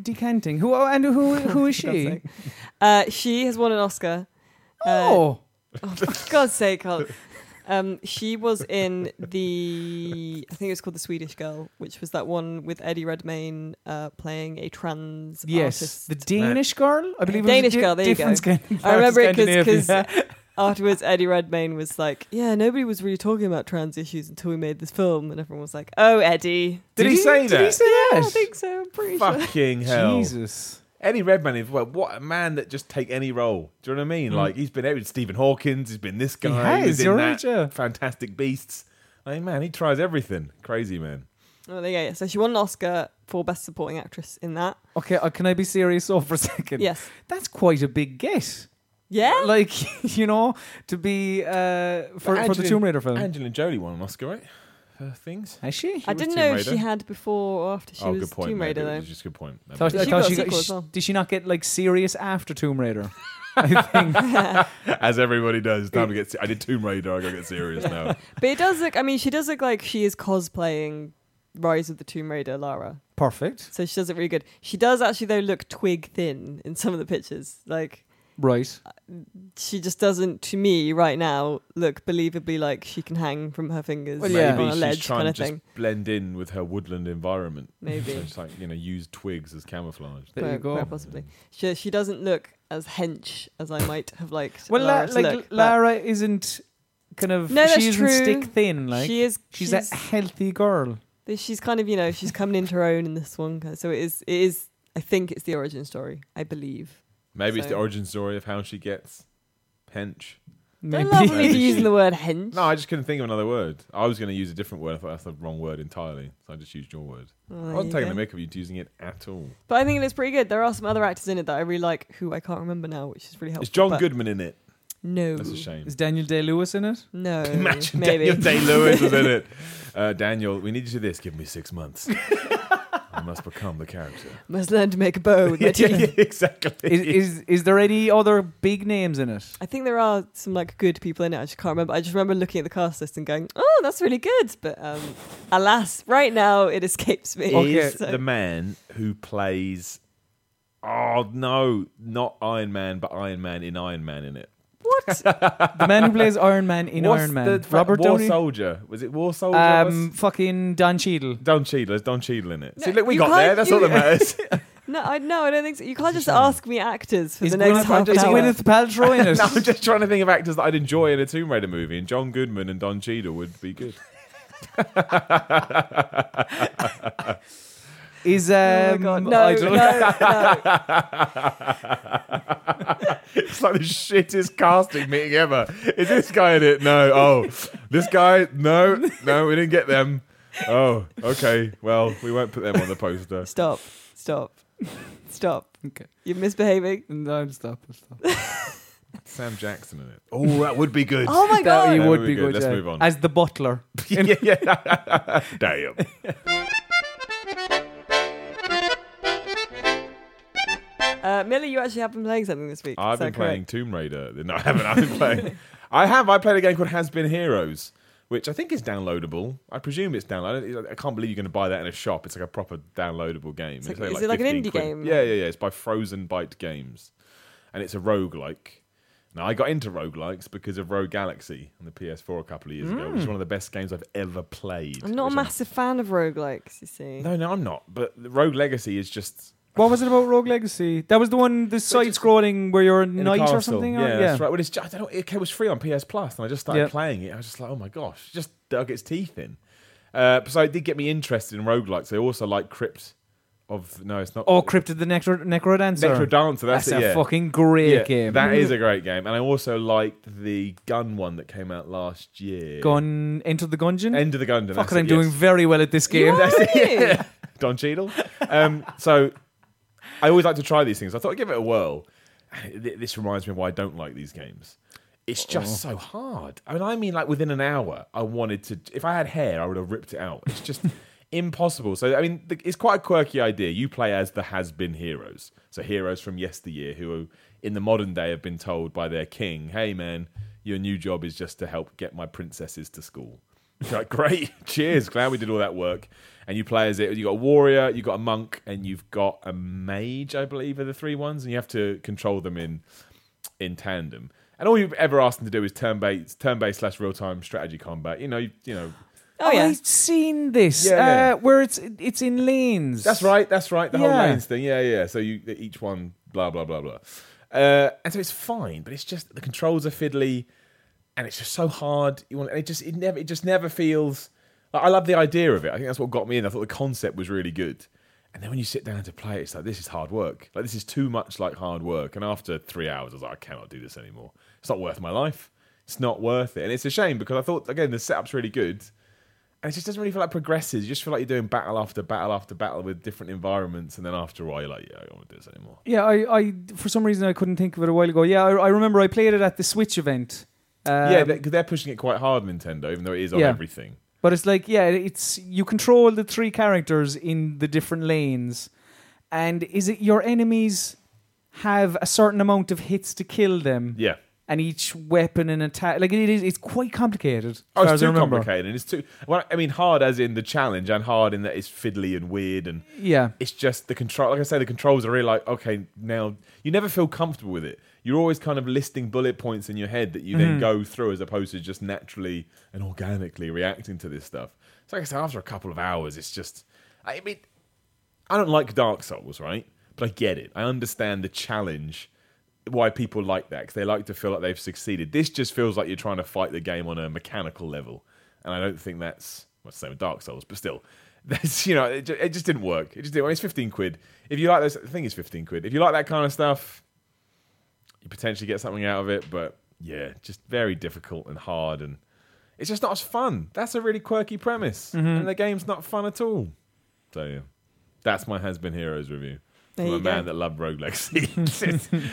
Speaker 2: Decanting. Who oh, and who who is
Speaker 1: for God's
Speaker 2: she?
Speaker 1: sake. Uh, she has won an Oscar. Uh,
Speaker 2: oh,
Speaker 1: for God's sake, Carl. Um, she was in the, I think it was called The Swedish Girl, which was that one with Eddie Redmayne uh, playing a trans
Speaker 2: yes,
Speaker 1: artist.
Speaker 2: the Danish girl. I believe it was a
Speaker 1: Danish
Speaker 2: di-
Speaker 1: girl, there you
Speaker 2: different
Speaker 1: go.
Speaker 2: Scandin-
Speaker 1: I remember it because
Speaker 2: Scandinavia.
Speaker 1: afterwards Eddie Redmayne was like, "Yeah, nobody was really talking about trans issues until we made this film," and everyone was like, "Oh, Eddie."
Speaker 3: Did, he say
Speaker 2: Did he
Speaker 3: that?
Speaker 2: say
Speaker 1: I
Speaker 2: that?
Speaker 1: think so. I'm pretty sure.
Speaker 3: Fucking hell!
Speaker 2: Jesus.
Speaker 3: Eddie Redmayne is well, what a man that just take any role. Do you know what I
Speaker 1: Hmm.
Speaker 3: mean? Like he's been every Stephen Hawkins, he's been this guy,
Speaker 2: has,
Speaker 3: he's in
Speaker 2: you're
Speaker 3: that
Speaker 2: right, yeah.
Speaker 3: Fantastic Beasts. I mean, man, he tries everything. Crazy man.
Speaker 1: Oh, there you go. So she won an Oscar for Best Supporting Actress in that.
Speaker 2: Okay, uh, can I be serious though for a second?
Speaker 1: Yes.
Speaker 2: That's quite a big guess.
Speaker 1: Yeah.
Speaker 2: Like, you know, to be uh, for, for the
Speaker 3: Angelina-
Speaker 2: Tomb Raider
Speaker 1: Um,
Speaker 2: film.
Speaker 3: Angelina Jolie won an Oscar, right? For things.
Speaker 2: Has she?
Speaker 1: I
Speaker 3: was
Speaker 1: didn't
Speaker 3: Tomb
Speaker 1: know
Speaker 3: Raider.
Speaker 1: she had before or after she
Speaker 3: oh,
Speaker 1: was
Speaker 3: good point.
Speaker 1: Tomb
Speaker 3: maybe.
Speaker 1: Raider
Speaker 3: It
Speaker 1: though.
Speaker 3: was just a good point. That
Speaker 2: Thought-
Speaker 3: makes
Speaker 1: She got a sequel
Speaker 2: sh-
Speaker 1: as well.
Speaker 2: Did she not get like serious after Tomb Raider? I think.
Speaker 3: sense. As everybody does. Time to get. se- I did Tomb Raider. I gotta get serious now.
Speaker 1: But it does look. I mean, she does look like she is cosplaying Rise of the Tomb Raider Lara.
Speaker 2: Perfect.
Speaker 1: So she does it really good. She does actually though look twig thin in some of the pictures. Like
Speaker 2: Right.
Speaker 1: she just doesn't, to me right now, look believably like she can hang from her fingers
Speaker 2: Well, yeah.
Speaker 1: on
Speaker 3: Maybe
Speaker 1: a
Speaker 3: she's
Speaker 1: ledge
Speaker 3: trying
Speaker 1: kind of
Speaker 3: to just
Speaker 1: thing.
Speaker 3: blend in with her woodland environment.
Speaker 1: Maybe.
Speaker 3: So it's like you know, use twigs as camouflage.
Speaker 2: There you
Speaker 1: Quite-
Speaker 2: go.
Speaker 1: quite possibly. She, she doesn't look as hench as I might have liked.
Speaker 2: Well,
Speaker 1: Lara
Speaker 2: La-
Speaker 1: to
Speaker 2: like
Speaker 1: look, but
Speaker 2: Lara isn't kind of
Speaker 1: No, that's
Speaker 2: she isn't
Speaker 1: true.
Speaker 2: stick thin. Like
Speaker 1: she is.
Speaker 2: she's,
Speaker 1: she's
Speaker 2: a healthy girl.
Speaker 1: Th- She's kind of, you know, she's coming into her own in this one. kind of- So it is, it is. I think it's the origin story. I believe.
Speaker 3: Maybe it's the
Speaker 1: So-
Speaker 3: origin story of how she gets hench.
Speaker 1: Don't laugh at me
Speaker 3: Maybe.
Speaker 1: for using the word hench.
Speaker 3: No, I just couldn't think of another word. I was going to use a different word. I thought that's the wrong word entirely, so I just used your word.
Speaker 1: Well, Oh,
Speaker 3: I
Speaker 1: there
Speaker 3: wasn't
Speaker 1: you
Speaker 3: taking the
Speaker 1: go.
Speaker 3: mick of you using it at all.
Speaker 1: But I think it looks pretty good. There are some other actors in it that I really like, who I can't remember now, which is really helpful.
Speaker 3: Is John
Speaker 1: but
Speaker 3: Goodman in it?
Speaker 1: No,
Speaker 3: That's a shame.
Speaker 2: Is Daniel Day Lewis in it?
Speaker 1: no.
Speaker 3: Imagine
Speaker 1: maybe.
Speaker 3: Daniel Day Lewis was in it. Uh, Daniel, we need you to do this. Give me six months. I must become the character.
Speaker 1: Must learn to make a bow with my teeth.
Speaker 3: exactly.
Speaker 2: Is, is is there any other big names in it?
Speaker 1: I think there are some like good people in it. I just can't remember. I just remember looking at the cast list and going, "Oh, that's really good," but um, alas, right now it escapes me.
Speaker 2: Okay.
Speaker 3: is the man who plays. Oh no, not Iron Man, but Iron Man in Iron Man in it.
Speaker 1: What?
Speaker 2: The man who plays Iron Man in
Speaker 3: What's
Speaker 2: Iron Man,
Speaker 3: the fa-
Speaker 2: Robert
Speaker 3: War
Speaker 2: Downey,
Speaker 3: Soldier. Was it War Soldier?
Speaker 2: um,
Speaker 3: Um,
Speaker 2: fucking Don Cheadle.
Speaker 3: Don Cheadle. Is Don Cheadle in it? See,
Speaker 1: No,
Speaker 3: look, we
Speaker 1: you
Speaker 3: got there.
Speaker 1: can't-
Speaker 3: That's
Speaker 1: you-
Speaker 3: all that matters.
Speaker 1: no, I no, I don't think so. You can't just ask me actors for
Speaker 2: Is
Speaker 1: the next
Speaker 2: Gwyneth,
Speaker 1: half an
Speaker 2: is
Speaker 1: hour.
Speaker 2: Gwyneth Paltrow in it?
Speaker 3: no, I'm just trying to think of actors that I'd enjoy in a Tomb Raider movie, and John Goodman and Don Cheadle would be good.
Speaker 2: Is um,
Speaker 1: Oh my god!
Speaker 2: I
Speaker 1: No,
Speaker 2: don't
Speaker 1: no, no.
Speaker 3: It's like the shittest casting meeting ever. Is this guy in it? No. Oh, this guy? No. No, we didn't get them. Oh, okay. Well, we won't put them on the poster.
Speaker 1: Stop! Stop! Stop!
Speaker 2: Okay.
Speaker 1: You're misbehaving.
Speaker 2: No, stop, stop.
Speaker 3: Sam Jackson in it. Oh, that would be good.
Speaker 1: Oh my
Speaker 2: That
Speaker 1: god!
Speaker 2: he
Speaker 3: That
Speaker 2: would
Speaker 3: would
Speaker 2: be
Speaker 3: be
Speaker 2: good.
Speaker 3: good. Let's
Speaker 2: yeah.
Speaker 3: move on.
Speaker 2: As the butler.
Speaker 3: yeah, yeah. Damn.
Speaker 1: Uh, Millie, you actually have been playing something this week.
Speaker 3: I've
Speaker 1: Is that
Speaker 3: been playing Tomb Raider. No, I haven't. I've been playing. I have. I played a game called Has Been Heroes, which I think is downloadable. I presume it's downloadable. I can't believe you're going to buy that in a shop. It's like a proper downloadable game.
Speaker 1: It's like- is it like an
Speaker 3: 15
Speaker 1: indie
Speaker 3: quid.
Speaker 1: game?
Speaker 3: Yeah, yeah, yeah. It's by Frozen Byte Games, and it's a roguelike. Now, I got into roguelikes because of Rogue Galaxy on the PS4 a couple of years ago, which is one of the best games I've ever played.
Speaker 1: Mm. I'm not a
Speaker 3: which
Speaker 1: massive fan of roguelikes, you see.
Speaker 3: No, no, I'm not. But Rogue Legacy is just
Speaker 2: What was it about Rogue Legacy? That was the one, the side-scrolling where you're a
Speaker 3: in a
Speaker 2: knight or
Speaker 3: castle.
Speaker 2: something.
Speaker 3: Yeah,
Speaker 2: or-
Speaker 3: that's right. Well, it's just, I don't know. It was free on PS Plus, and I just started
Speaker 2: Yeah.
Speaker 3: playing it. I was just like, oh my gosh, it just dug its teeth in. Uh, so it did get me interested in roguelikes. I also like Crypt of no, it's not.
Speaker 2: Oh, Crypt of the Necro Necrodancer.
Speaker 3: Necro Dancer. That's,
Speaker 2: That's
Speaker 3: it.
Speaker 2: a
Speaker 3: yeah.
Speaker 2: fucking great
Speaker 3: Yeah,
Speaker 2: game.
Speaker 3: That is a great game, and I also liked the gun one that came out last year.
Speaker 2: Gun Enter the Gungeon.
Speaker 3: End of the Gundam.
Speaker 2: Fuck
Speaker 3: that's
Speaker 2: it, I'm
Speaker 3: it,
Speaker 2: doing
Speaker 3: yes.
Speaker 2: very well at this game.
Speaker 1: That's it.
Speaker 3: Don Cheadle. Um, so I always like to try these things. I thought I'd give it a whirl. Th- This reminds me of why I don't like these games. It's just so hard. I mean, I mean, like within an hour, I wanted to. If I had hair, I would have ripped it out. It's just impossible. So, I mean, th- it's quite a quirky idea. You play as the has been heroes. So, heroes from yesteryear who, in the modern day, have been told by their king, hey, man, your new job is just to help get my princesses to school. You're like, great, cheers, glad we did all that work. And you play as it. You got a warrior, you got a monk, and you've got a mage, I believe, are the three ones, and you have to control them in in tandem. And all you've ever asked them to do is turn based, turn based slash real time strategy combat. You know, you, you know.
Speaker 1: Oh yeah.
Speaker 2: I've seen this.
Speaker 3: Yeah, yeah.
Speaker 2: Uh, where it's it's in lanes.
Speaker 3: That's right, that's right. The whole
Speaker 2: Yeah.
Speaker 3: lanes thing. Yeah, yeah. So you each one, blah blah blah blah. Uh, and so it's fine, but it's just the controls are fiddly, and it's just so hard. You want and it just it never it just never feels. Like, I love the idea of it. I think that's what got me in. I thought the concept was really good. And then when you sit down to play it, it's like this is hard work. Like this is too much like hard work. And after three hours, I was like, I cannot do this anymore. It's not worth my life. It's not worth it. And it's a shame because I thought again the setup's really good. And it just doesn't really feel like progresses. You just feel like you're doing battle after battle after battle with different environments, and then after a while, you're like, yeah, I don't want to do this anymore.
Speaker 2: Yeah, I, I for some reason I couldn't think of it a while ago. Yeah, I, I remember I played it at the Switch event. Um,
Speaker 3: yeah, because they're pushing it quite hard, Nintendo, even though it is on
Speaker 2: Yeah.
Speaker 3: everything.
Speaker 2: But it's like, yeah, it's you control the three characters in the different lanes, and is it your enemies have a certain amount of hits to kill them,
Speaker 3: Yeah. Oh,
Speaker 2: and each weapon and attack like it is it's quite complicated. as far
Speaker 3: Oh, it's
Speaker 2: as I
Speaker 3: too
Speaker 2: remember.
Speaker 3: complicated. And it's too. Well, I mean, hard as in the challenge, and hard in that it's fiddly and weird, and
Speaker 2: Yeah,
Speaker 3: it's just the control. Like I say, the controls are really like, okay, now you never feel comfortable with it. You're always kind of listing bullet points in your head that you then go through, as opposed to just naturally and organically reacting to this stuff. So, like I said, after a couple of hours, it's just. I mean, I don't like Dark Souls, right? But I get it. I understand the challenge why people like that because they like to feel like they've succeeded. This just feels like you're trying to fight the game on a mechanical level, and I don't think that's what's the same with Dark Souls, but still, that's you know, it just, it just didn't work. It just didn't. Work. It's fifteen quid. If you like this, I think it's fifteen quid. If you like that kind of stuff, you potentially get something out of it, but yeah, just very difficult and hard, and it's just not as fun. That's a really quirky premise,
Speaker 1: Mm-hmm.
Speaker 3: and the game's not fun at all. So yeah, that's my has been heroes review.
Speaker 1: There
Speaker 3: from
Speaker 1: you
Speaker 3: a
Speaker 1: go.
Speaker 3: man that loved Rogue Legacy.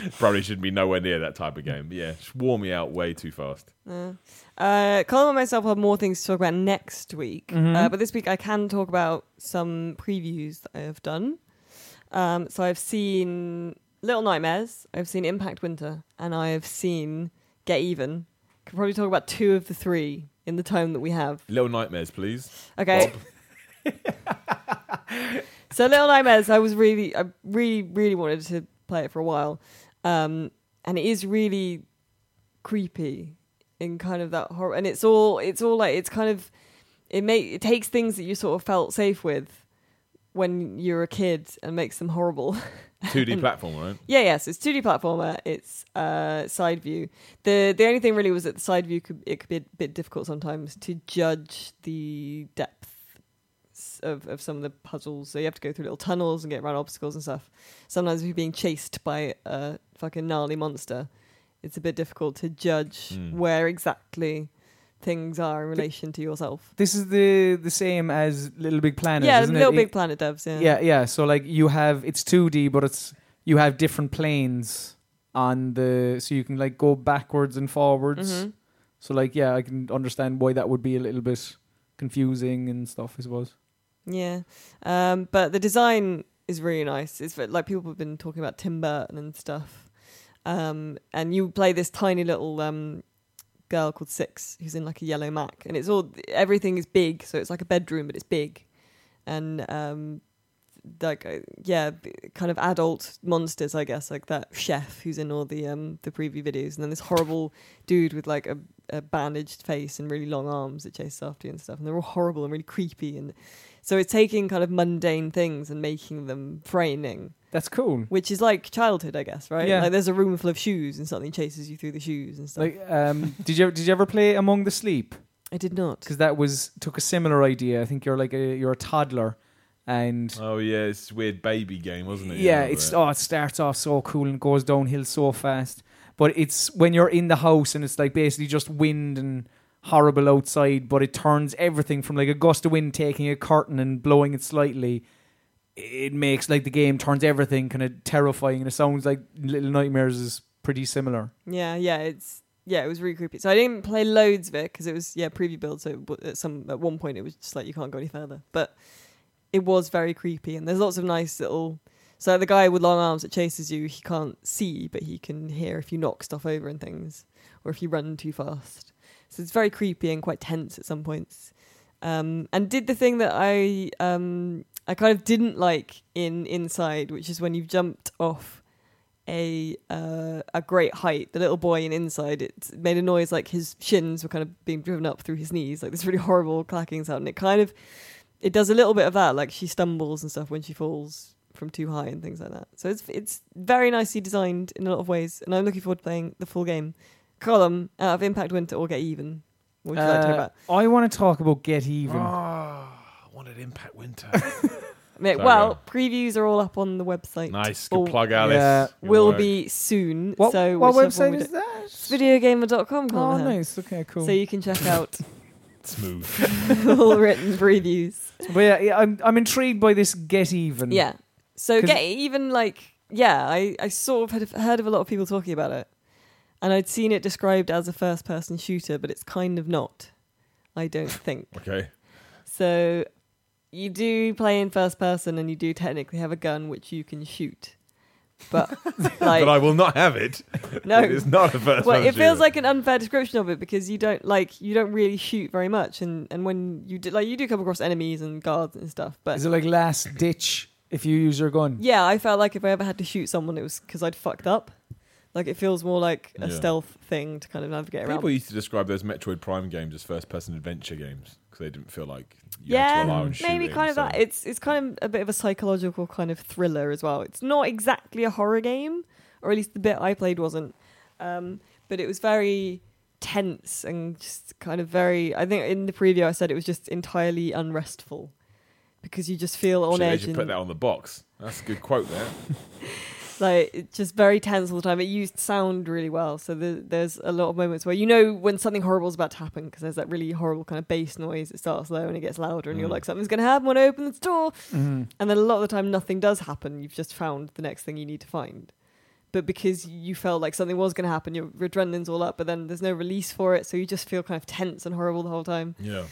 Speaker 3: Probably shouldn't be nowhere near that type of game. But yeah, just wore me out way too fast.
Speaker 1: Yeah. Uh, Colin and myself have more things to talk about next week, uh, but this week I can talk about some previews that I have done. Um, so I've seen Little Nightmares, I've seen Impact Winter, and I have seen Get Even. Could probably talk about two of the three in the time that we have.
Speaker 3: Little Nightmares, please.
Speaker 1: Okay. so Little Nightmares, I was really, I really, really wanted to play it for a while, um, and it is really creepy in kind of that horror, and it's all, it's all like, it's kind of, it make it takes things that you sort of felt safe with when you're a kid and makes them horrible.
Speaker 3: 2D platform, right?
Speaker 1: Yeah, yes, it's 2D platformer. It's uh, side view. the The only thing really was that the side view could it could be a bit difficult sometimes to judge the depth s- of of some of the puzzles. So you have to go through little tunnels and get around obstacles and stuff. Sometimes if you're being chased by a fucking gnarly monster, it's a bit difficult to judge
Speaker 2: Hmm.
Speaker 1: where exactly things are in relation to yourself.
Speaker 2: This is the the same as Little Big Planet,
Speaker 1: yeah,
Speaker 2: isn't
Speaker 1: Little
Speaker 2: it?
Speaker 1: Big Planet devs. Yeah,
Speaker 2: Yeah, yeah. So like you have it's 2D, but it's you have different planes on the so you can like go backwards and forwards.
Speaker 1: Mhm.
Speaker 2: So like yeah, I can understand why that would be a little bit confusing and stuff. I suppose.
Speaker 1: Yeah, um, but the design is really nice. It's ve- like people have been talking about Tim Burton and stuff. Um, and you play this tiny little um, girl called Six, who's in like a yellow Mac, and it's all everything is big, so it's like a bedroom, but it's big, and um, like uh, yeah, b- kind of adult monsters, I guess, like that chef who's in all the um, the preview videos, and then this horrible dude with like a, a bandaged face and really long arms that chases after you and stuff, and they're all horrible and really creepy, and so it's taking kind of mundane things and making them frightening,
Speaker 2: That's cool.
Speaker 1: which is like childhood, I guess, right?
Speaker 2: Yeah.
Speaker 1: Like there's a room full of shoes and something chases you through the shoes and stuff.
Speaker 2: Like, um, did you did you ever play Among the Sleep?
Speaker 1: I did not.
Speaker 2: Because that was took a similar idea. I think you're like a you're a toddler, and
Speaker 3: Oh yeah, it's a weird baby game, wasn't it?
Speaker 2: yeah,
Speaker 3: I remember
Speaker 2: it's
Speaker 3: that.
Speaker 2: oh, it starts off so cool and goes downhill so fast. But it's when you're in the house and it's like basically just wind and horrible outside, but it turns everything from like a gust of wind taking a curtain and blowing it slightly. It makes like the game turns everything kind of terrifying, and it sounds like Little Nightmares is pretty similar.
Speaker 1: Yeah, yeah, it's yeah, it was really creepy. So I didn't play loads of it because it was yeah preview build. So it w- at some at one point it was just like you can't go any further, but it was very creepy. And there's lots of nice little. So the guy with long arms that chases you, he can't see, but he can hear if you knock stuff over and things, or if you run too fast. So it's very creepy and quite tense at some points. Um, and did the thing that I um, I kind of didn't like in Inside, which is when you've jumped off a uh, a great height. The little boy in inside it made a noise like his shins were kind of being driven up through his knees, like this really horrible clacking sound. And it kind of it does a little bit of that, like she stumbles and stuff when she falls from too high and things like that. So it's it's very nicely designed in a lot of ways, and I'm looking forward to playing the full game. Column out of Impact Winter or Get Even. What would you like to hear
Speaker 2: Uh,
Speaker 1: about? Oh,
Speaker 2: I want to talk about Get Even.
Speaker 3: Ah, I wanted Impact Winter.
Speaker 1: I mean,
Speaker 3: sorry,
Speaker 1: well, previews are all up on the website.
Speaker 3: nice,
Speaker 1: Or
Speaker 3: good plug, Alice.
Speaker 2: Yeah.
Speaker 1: oh,
Speaker 3: Good
Speaker 1: Will
Speaker 3: work.
Speaker 1: be soon.
Speaker 2: What,
Speaker 1: so
Speaker 2: what
Speaker 1: which one
Speaker 2: website
Speaker 1: we
Speaker 2: is
Speaker 1: do-
Speaker 2: that?
Speaker 1: Videogamer.com.
Speaker 2: Oh,
Speaker 1: Colin.
Speaker 2: nice. Okay, cool.
Speaker 1: So you can check out
Speaker 3: smooth.
Speaker 1: all written previews.
Speaker 2: but yeah, yeah, I'm I'm intrigued by this Get Even.
Speaker 1: Yeah. So
Speaker 2: 'Cause-
Speaker 1: get even like yeah, I I sort of had heard of a lot of people talking about it, and I'd seen it described as a first person shooter, but it's kind of not. I don't think
Speaker 3: Okay.
Speaker 1: so. You do play in first person, and you do technically have a gun which you can shoot, but like
Speaker 3: But I will not have it.
Speaker 1: no,
Speaker 3: It is not a first
Speaker 1: well,
Speaker 3: person
Speaker 1: it feels
Speaker 3: shooter.
Speaker 1: like an unfair description of it because you don't like you don't really shoot very much, and and when you do like you do come across enemies and guards and stuff, but
Speaker 2: Is it like last ditch if you use your gun?
Speaker 1: Yeah, I felt like if I ever had to shoot someone, it was because I'd fucked up. Like it feels more like a
Speaker 3: Yeah.
Speaker 1: stealth thing to kind of navigate around.
Speaker 3: People used to describe those Metroid Prime games as first person adventure games because they didn't feel like you had to allow
Speaker 1: yeah,
Speaker 3: and
Speaker 1: maybe
Speaker 3: shooting,
Speaker 1: kind of
Speaker 3: so-
Speaker 1: that. It's it's kind of a bit of a psychological kind of thriller as well. It's not exactly a horror game. or at least the bit I played wasn't. Um, but it was very tense and just kind of very. I think in the preview I said it was just entirely unrestful because you just feel on
Speaker 3: Should- they
Speaker 1: edge
Speaker 3: should put
Speaker 1: and
Speaker 3: that on the box. That's a good quote there.
Speaker 1: like it's just very tense all the time. It used sound really well, so the, there's a lot of moments where you know when something horrible's about to happen because there's that really horrible kind of bass noise. It starts low and it gets louder, and you're
Speaker 3: Mm.
Speaker 1: like, something's going to happen when I open this door.
Speaker 2: Mhm.
Speaker 1: And then a lot of the time, nothing does happen. You've just found the next thing you need to find. But because you felt like something was going to happen, your adrenaline's all up, but then there's no release for it, so you just feel kind of tense and horrible the whole time.
Speaker 3: Yeah.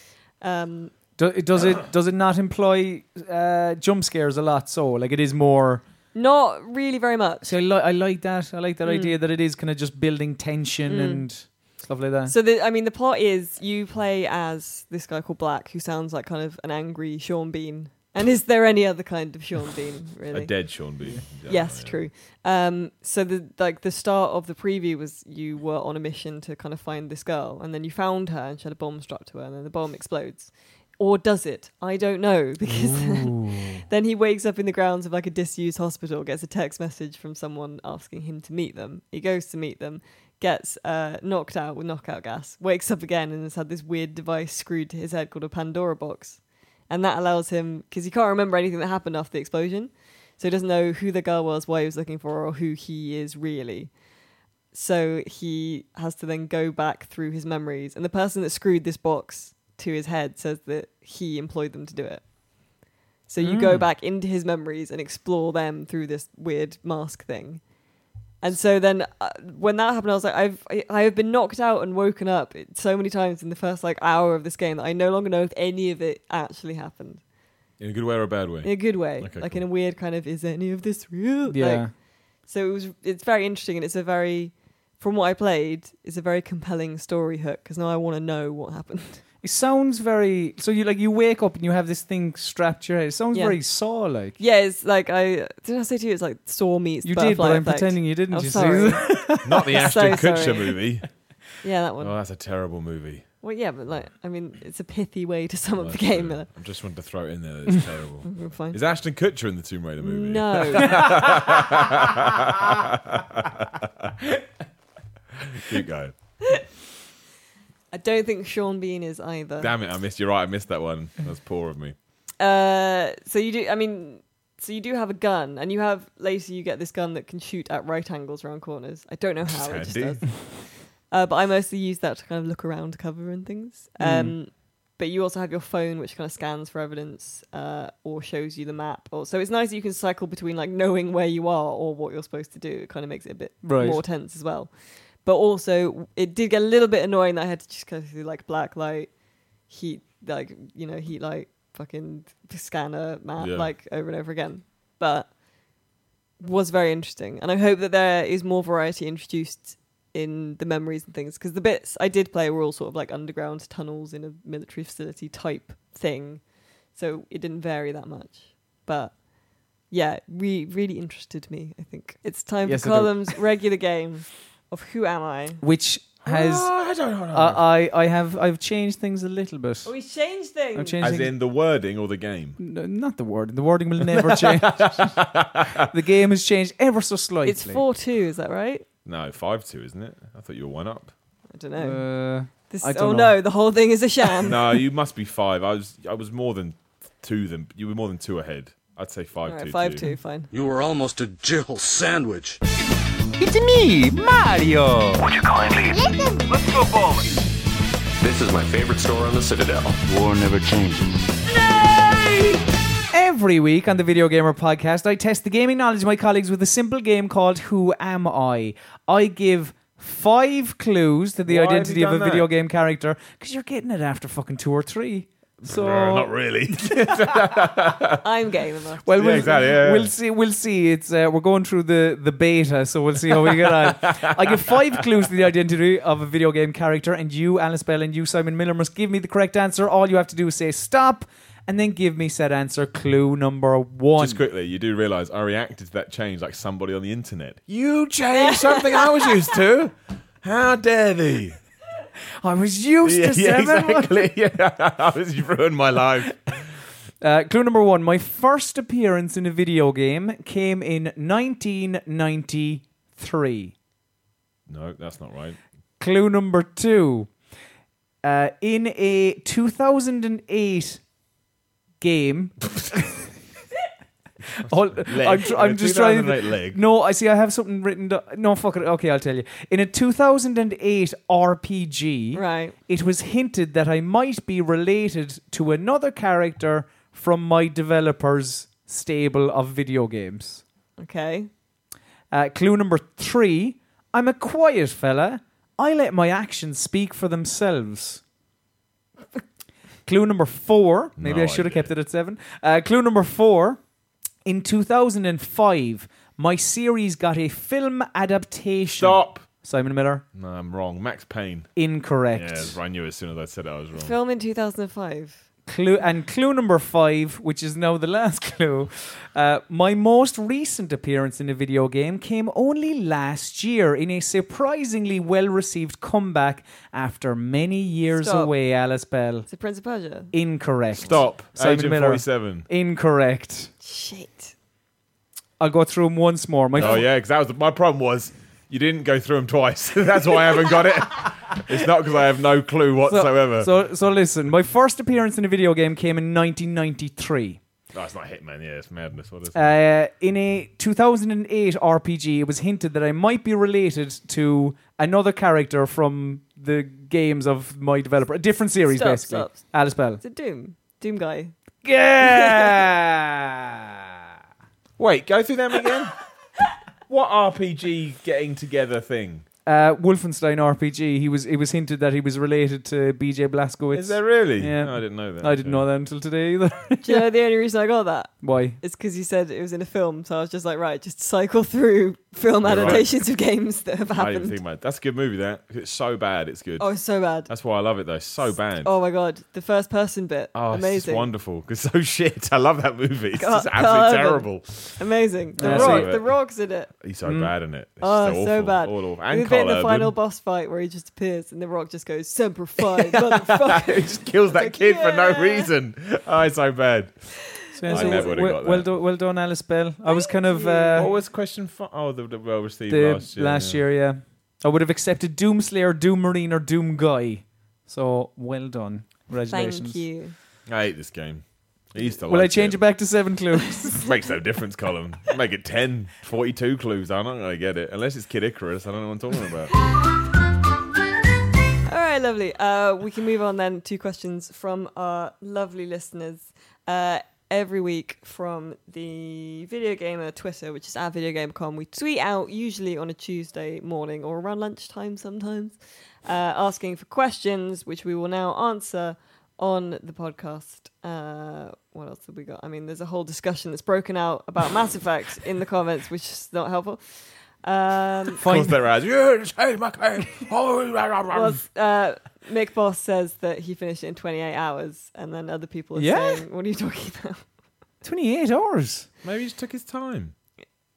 Speaker 1: Um,
Speaker 2: Do, it- does it does it not employ uh, jump scares a lot? So like it is more.
Speaker 1: not really very much.
Speaker 2: So I, li- I like that. I like that
Speaker 1: Mm.
Speaker 2: idea that it is kind of just building tension
Speaker 1: Mm.
Speaker 2: and stuff like that.
Speaker 1: So the, I mean, the plot is you play as this guy called Black, who sounds like kind of an angry Sean Bean. And is there any other kind of Sean Bean? Really?
Speaker 3: A dead Sean Bean. Yeah,
Speaker 1: yes,
Speaker 3: yeah.
Speaker 1: true. Um, so the like the start of the preview was you were on a mission to kind of find this girl, and then you found her, and she had a bomb strapped to her, and then the bomb explodes, or does it? I don't know because then, then he wakes up in the grounds of like a disused hospital, gets a text message from someone asking him to meet them. He goes to meet them, gets uh, knocked out with knockout gas, wakes up again, and has had this weird device screwed to his head called a Pandora box, and that allows him because he can't remember anything that happened after the explosion. So he doesn't know who the girl was, why he was looking for, her, or who he is really. So he has to then go back through his memories. And the person that screwed this box to his head says that he employed them to do it. So you go
Speaker 2: Mm.
Speaker 1: back into his memories and explore them through this weird mask thing. And so then, uh, when that happened, I was like, I've I, I have been knocked out and woken up so many times in the first like hour of this game that I no longer know if any of it actually happened
Speaker 3: In a good way or a bad way.
Speaker 1: in a good way,
Speaker 3: Okay,
Speaker 1: like
Speaker 3: cool.
Speaker 1: in a weird kind of is any of this real?
Speaker 2: yeah.
Speaker 1: Like, so it was. It's very interesting, and it's a very, from what I played, it's a very compelling story hook because now I want to know what happened.
Speaker 2: It sounds very so you like you wake up and you have this thing strapped to your head. It sounds
Speaker 1: Yeah.
Speaker 2: very saw like.
Speaker 1: yeah, it's like I did. I say to you, it's like saw meets.
Speaker 2: You
Speaker 1: butterfly
Speaker 2: did, but I'm
Speaker 1: effect.
Speaker 2: pretending you didn't.
Speaker 1: Oh,
Speaker 2: you
Speaker 1: sorry.
Speaker 2: see?
Speaker 3: Not the
Speaker 1: I'm
Speaker 3: Ashton
Speaker 1: so
Speaker 3: Kutcher
Speaker 1: sorry.
Speaker 3: movie.
Speaker 1: Yeah, that one.
Speaker 3: Oh, that's a terrible movie.
Speaker 1: well, yeah, but like, I mean, it's a pithy way to sum up the
Speaker 3: Like,
Speaker 1: game.
Speaker 3: uh,
Speaker 1: uh,
Speaker 3: I just wanted to throw it in there. that It's terrible.
Speaker 1: we're fine.
Speaker 3: Is Ashton Kutcher in the Tomb Raider movie?
Speaker 1: No,
Speaker 3: Keep going.
Speaker 1: I don't think Sean Bean is either.
Speaker 3: Damn it! I missed. You're right. I missed that one. That's poor of me.
Speaker 1: Uh, so you do. I mean, so you do have a gun, and you have later you get this gun that can shoot at right angles around corners. I don't know how it just does.
Speaker 3: Sandy.
Speaker 1: Uh, but I mostly use that to kind of look around cover and things. Um, But you also have your phone, which kind of scans for evidence uh, or shows you the map. Or so it's nice that you can cycle between like knowing where you are or what you're supposed to do. It kind of makes it a bit
Speaker 2: Right.
Speaker 1: more tense as well. But also, it did get a little bit annoying that I had to just go through like black light, heat, like you know, heat light, fucking scanner map,
Speaker 3: Yeah.
Speaker 1: like over and over again. But was very interesting, and I hope that there is more variety introduced in the memories and things because the bits I did play were all sort of like underground tunnels in a military facility type thing, so it didn't vary that much. But yeah, re- really interested me. I think it's time
Speaker 2: Yes,
Speaker 1: for
Speaker 2: I do.
Speaker 1: Column's regular game of Who Am I?
Speaker 2: Which has
Speaker 3: Ah, I don't know.
Speaker 2: I, I I have I've changed things a little bit.
Speaker 1: Oh, we changed things.
Speaker 2: I've changed
Speaker 3: As
Speaker 2: things.
Speaker 3: in the wording or the game?
Speaker 2: No, not the wording. The wording will never change. the game has changed ever so slightly.
Speaker 1: it's four two, is that right?
Speaker 3: No, five two, isn't it? I thought you were one up.
Speaker 1: I don't know.
Speaker 2: Uh,
Speaker 1: this,
Speaker 2: I
Speaker 1: oh
Speaker 2: don't know.
Speaker 1: no, the whole thing is a sham.
Speaker 3: No, you must be five. I was. I was more than two. Than you were more than two ahead. I'd say five
Speaker 1: All
Speaker 3: two,
Speaker 1: right, five
Speaker 3: to you.
Speaker 1: two, fine.
Speaker 4: You were almost a Jill sandwich.
Speaker 5: It's me, Mario.
Speaker 6: Would you kindly listen? Let's go bowling.
Speaker 7: This is my favorite store on the Citadel.
Speaker 5: War never changes.
Speaker 2: Every week on the Video Gamer Podcast, I test the gaming knowledge of my colleagues with a simple game called Who Am I? I give five clues to the
Speaker 3: Why have you
Speaker 2: identity of a
Speaker 3: done
Speaker 2: video
Speaker 3: that?
Speaker 2: game character because you're getting it after fucking two or three. So
Speaker 3: Uh, not really.
Speaker 1: I'm getting them off.
Speaker 2: Well,
Speaker 3: Yeah,
Speaker 2: we'll,
Speaker 3: exactly, yeah, yeah.
Speaker 2: we'll see. We'll see. It's uh, we're going through the, the beta, so we'll see how we get on. I give five clues to the identity of a video game character, and you, Alice Bell, and you, Simon Miller, must give me the correct answer. All you have to do is say stop, and then give me said answer. Clue number one.
Speaker 3: Just quickly, you do realise I reacted to that change like somebody on the internet. You changed something I was used to. How dare thee?
Speaker 2: I was used
Speaker 3: Yeah,
Speaker 2: to seven.
Speaker 3: exactly. Yeah, you've ruined my life.
Speaker 2: Uh, clue number one. My first appearance in a video game came in 1993. three.
Speaker 3: No, that's not right.
Speaker 2: Clue number two. Uh, in a 2008 game. Hold- I'm, tr- I'm
Speaker 3: In a
Speaker 2: just trying.
Speaker 3: 2008 leg.
Speaker 2: No, I see. I have something written. Do- no, fuck it. Okay, I'll tell you. In a 2008 RPG,
Speaker 1: Right.
Speaker 2: it was hinted that I might be related to another character from my developer's stable of video games.
Speaker 1: Okay.
Speaker 2: Uh, clue number three I'm a quiet fella. I let my actions speak for themselves. clue number four. Maybe
Speaker 3: No
Speaker 2: I should have
Speaker 3: idea.
Speaker 2: kept it at seven. Uh, clue number four. In 2005, my series got a film adaptation.
Speaker 3: Stop.
Speaker 2: Simon Miller.
Speaker 3: No, I'm wrong. Max Payne.
Speaker 2: Incorrect.
Speaker 3: Yeah, I knew as soon as I said it, I was wrong.
Speaker 1: Film in 2005.
Speaker 2: Clue and clue number five, which is now the last clue. Uh, my most recent appearance in a video game came only last year in a surprisingly well-received comeback after many years
Speaker 1: Stop.
Speaker 2: away. Alice Bell,
Speaker 1: It's a Prince of Persia.
Speaker 2: incorrect.
Speaker 3: Stop.
Speaker 2: Simon
Speaker 3: Agent
Speaker 2: Miller.
Speaker 3: 47.
Speaker 2: Incorrect.
Speaker 1: Shit.
Speaker 2: I'll go through them once more. My
Speaker 3: Oh yeah, because that was my problem was you didn't go through them twice. That's why I haven't got it. It's not because I have no clue whatsoever.
Speaker 2: So, so listen. My first appearance in a video game came in 1993.
Speaker 3: No, Oh, it's not Hitman. Yeah, it's madness. What is it?
Speaker 2: Uh, in a 2008 RPG, it was hinted that I might be related to another character from the games of my developer, a different series,
Speaker 1: Stop,
Speaker 2: basically.
Speaker 1: stop.
Speaker 2: Alice Bell.
Speaker 1: It's a Doom. Doom guy.
Speaker 2: Yeah.
Speaker 3: Wait, go through them again. what RPG getting together thing
Speaker 2: uh, Wolfenstein RPG. He was. It was hinted that he was related to BJ Blazkowicz.
Speaker 3: is there really?
Speaker 2: yeah.
Speaker 3: No, I didn't know that.
Speaker 2: I didn't know that until today either.
Speaker 1: Do you know the only reason I got that?
Speaker 2: Why?
Speaker 1: It's because you said it was in a film, so I was just like, right, just cycle through film
Speaker 3: You're right.
Speaker 1: adaptations of games that have
Speaker 3: I didn't even
Speaker 1: happened.
Speaker 3: think about it. That's a good movie. That it's so bad. It's good.
Speaker 1: Oh, it's so bad.
Speaker 3: That's why I love it though. So bad.
Speaker 1: Oh my god, the first person bit.
Speaker 3: Oh, it's just
Speaker 1: amazing.
Speaker 3: wonderful. It's so shit. I love that movie. It's
Speaker 1: Can't-
Speaker 3: just
Speaker 1: can't
Speaker 3: absolutely
Speaker 1: have it.
Speaker 3: terrible.
Speaker 1: Amazing. The
Speaker 2: Yeah, I see
Speaker 1: Rock.
Speaker 3: it.
Speaker 1: The Rock's in it.
Speaker 3: He's so bad in it. It's
Speaker 1: Oh,
Speaker 3: just
Speaker 1: so,
Speaker 3: awful.
Speaker 1: bad.
Speaker 3: All awful.
Speaker 1: There's
Speaker 3: And
Speaker 1: a bit in
Speaker 3: Carl
Speaker 1: the final
Speaker 3: Urban.
Speaker 1: boss fight where he just appears and The Rock just goes, Semper Fi, motherfucker.
Speaker 3: he just kills that kid for
Speaker 1: yeah.
Speaker 3: no reason. Oh, it's so bad.
Speaker 2: So,
Speaker 3: I
Speaker 2: so
Speaker 3: never would've
Speaker 2: well,
Speaker 3: got
Speaker 2: well
Speaker 3: that.
Speaker 2: done, well done, Alice Bell. I was kind of uh,
Speaker 3: what was question five? Oh, the, the well received
Speaker 2: the
Speaker 3: last year. yeah.
Speaker 2: yeah. I would have accepted Doom Slayer, Doom Marine, or Doom Guy. So well done. Congratulations.
Speaker 1: Thank you.
Speaker 3: I hate this game. I used to
Speaker 2: Will
Speaker 3: like
Speaker 2: I change it
Speaker 3: it.
Speaker 2: back to seven clues?
Speaker 3: Makes no difference, Colin. Make it 10, 42 clues. I'm not going to get it. Unless it's Kid Icarus. I don't know what I'm talking about.
Speaker 1: All right, lovely. Uh, we can move on then to questions from our lovely listeners uh, every week from the Video Gamer Twitter, which is at VideoGamer.com. We tweet out usually on a Tuesday morning or around lunchtime sometimes, uh, asking for questions, which we will now answer on the podcast. Uh, what else have we got? I mean, there's a whole discussion that's broken out about Mass Effect in the comments, which is not helpful. Um,
Speaker 3: Of course, there are. You change my game. Oh, rah, rah, rah.
Speaker 1: well, uh, Mick Boss says that he finished it in 28 hours, and then other people are
Speaker 2: Yeah?
Speaker 1: saying, "What are you talking about?"
Speaker 2: Twenty-eight hours.
Speaker 3: Maybe he just took his time.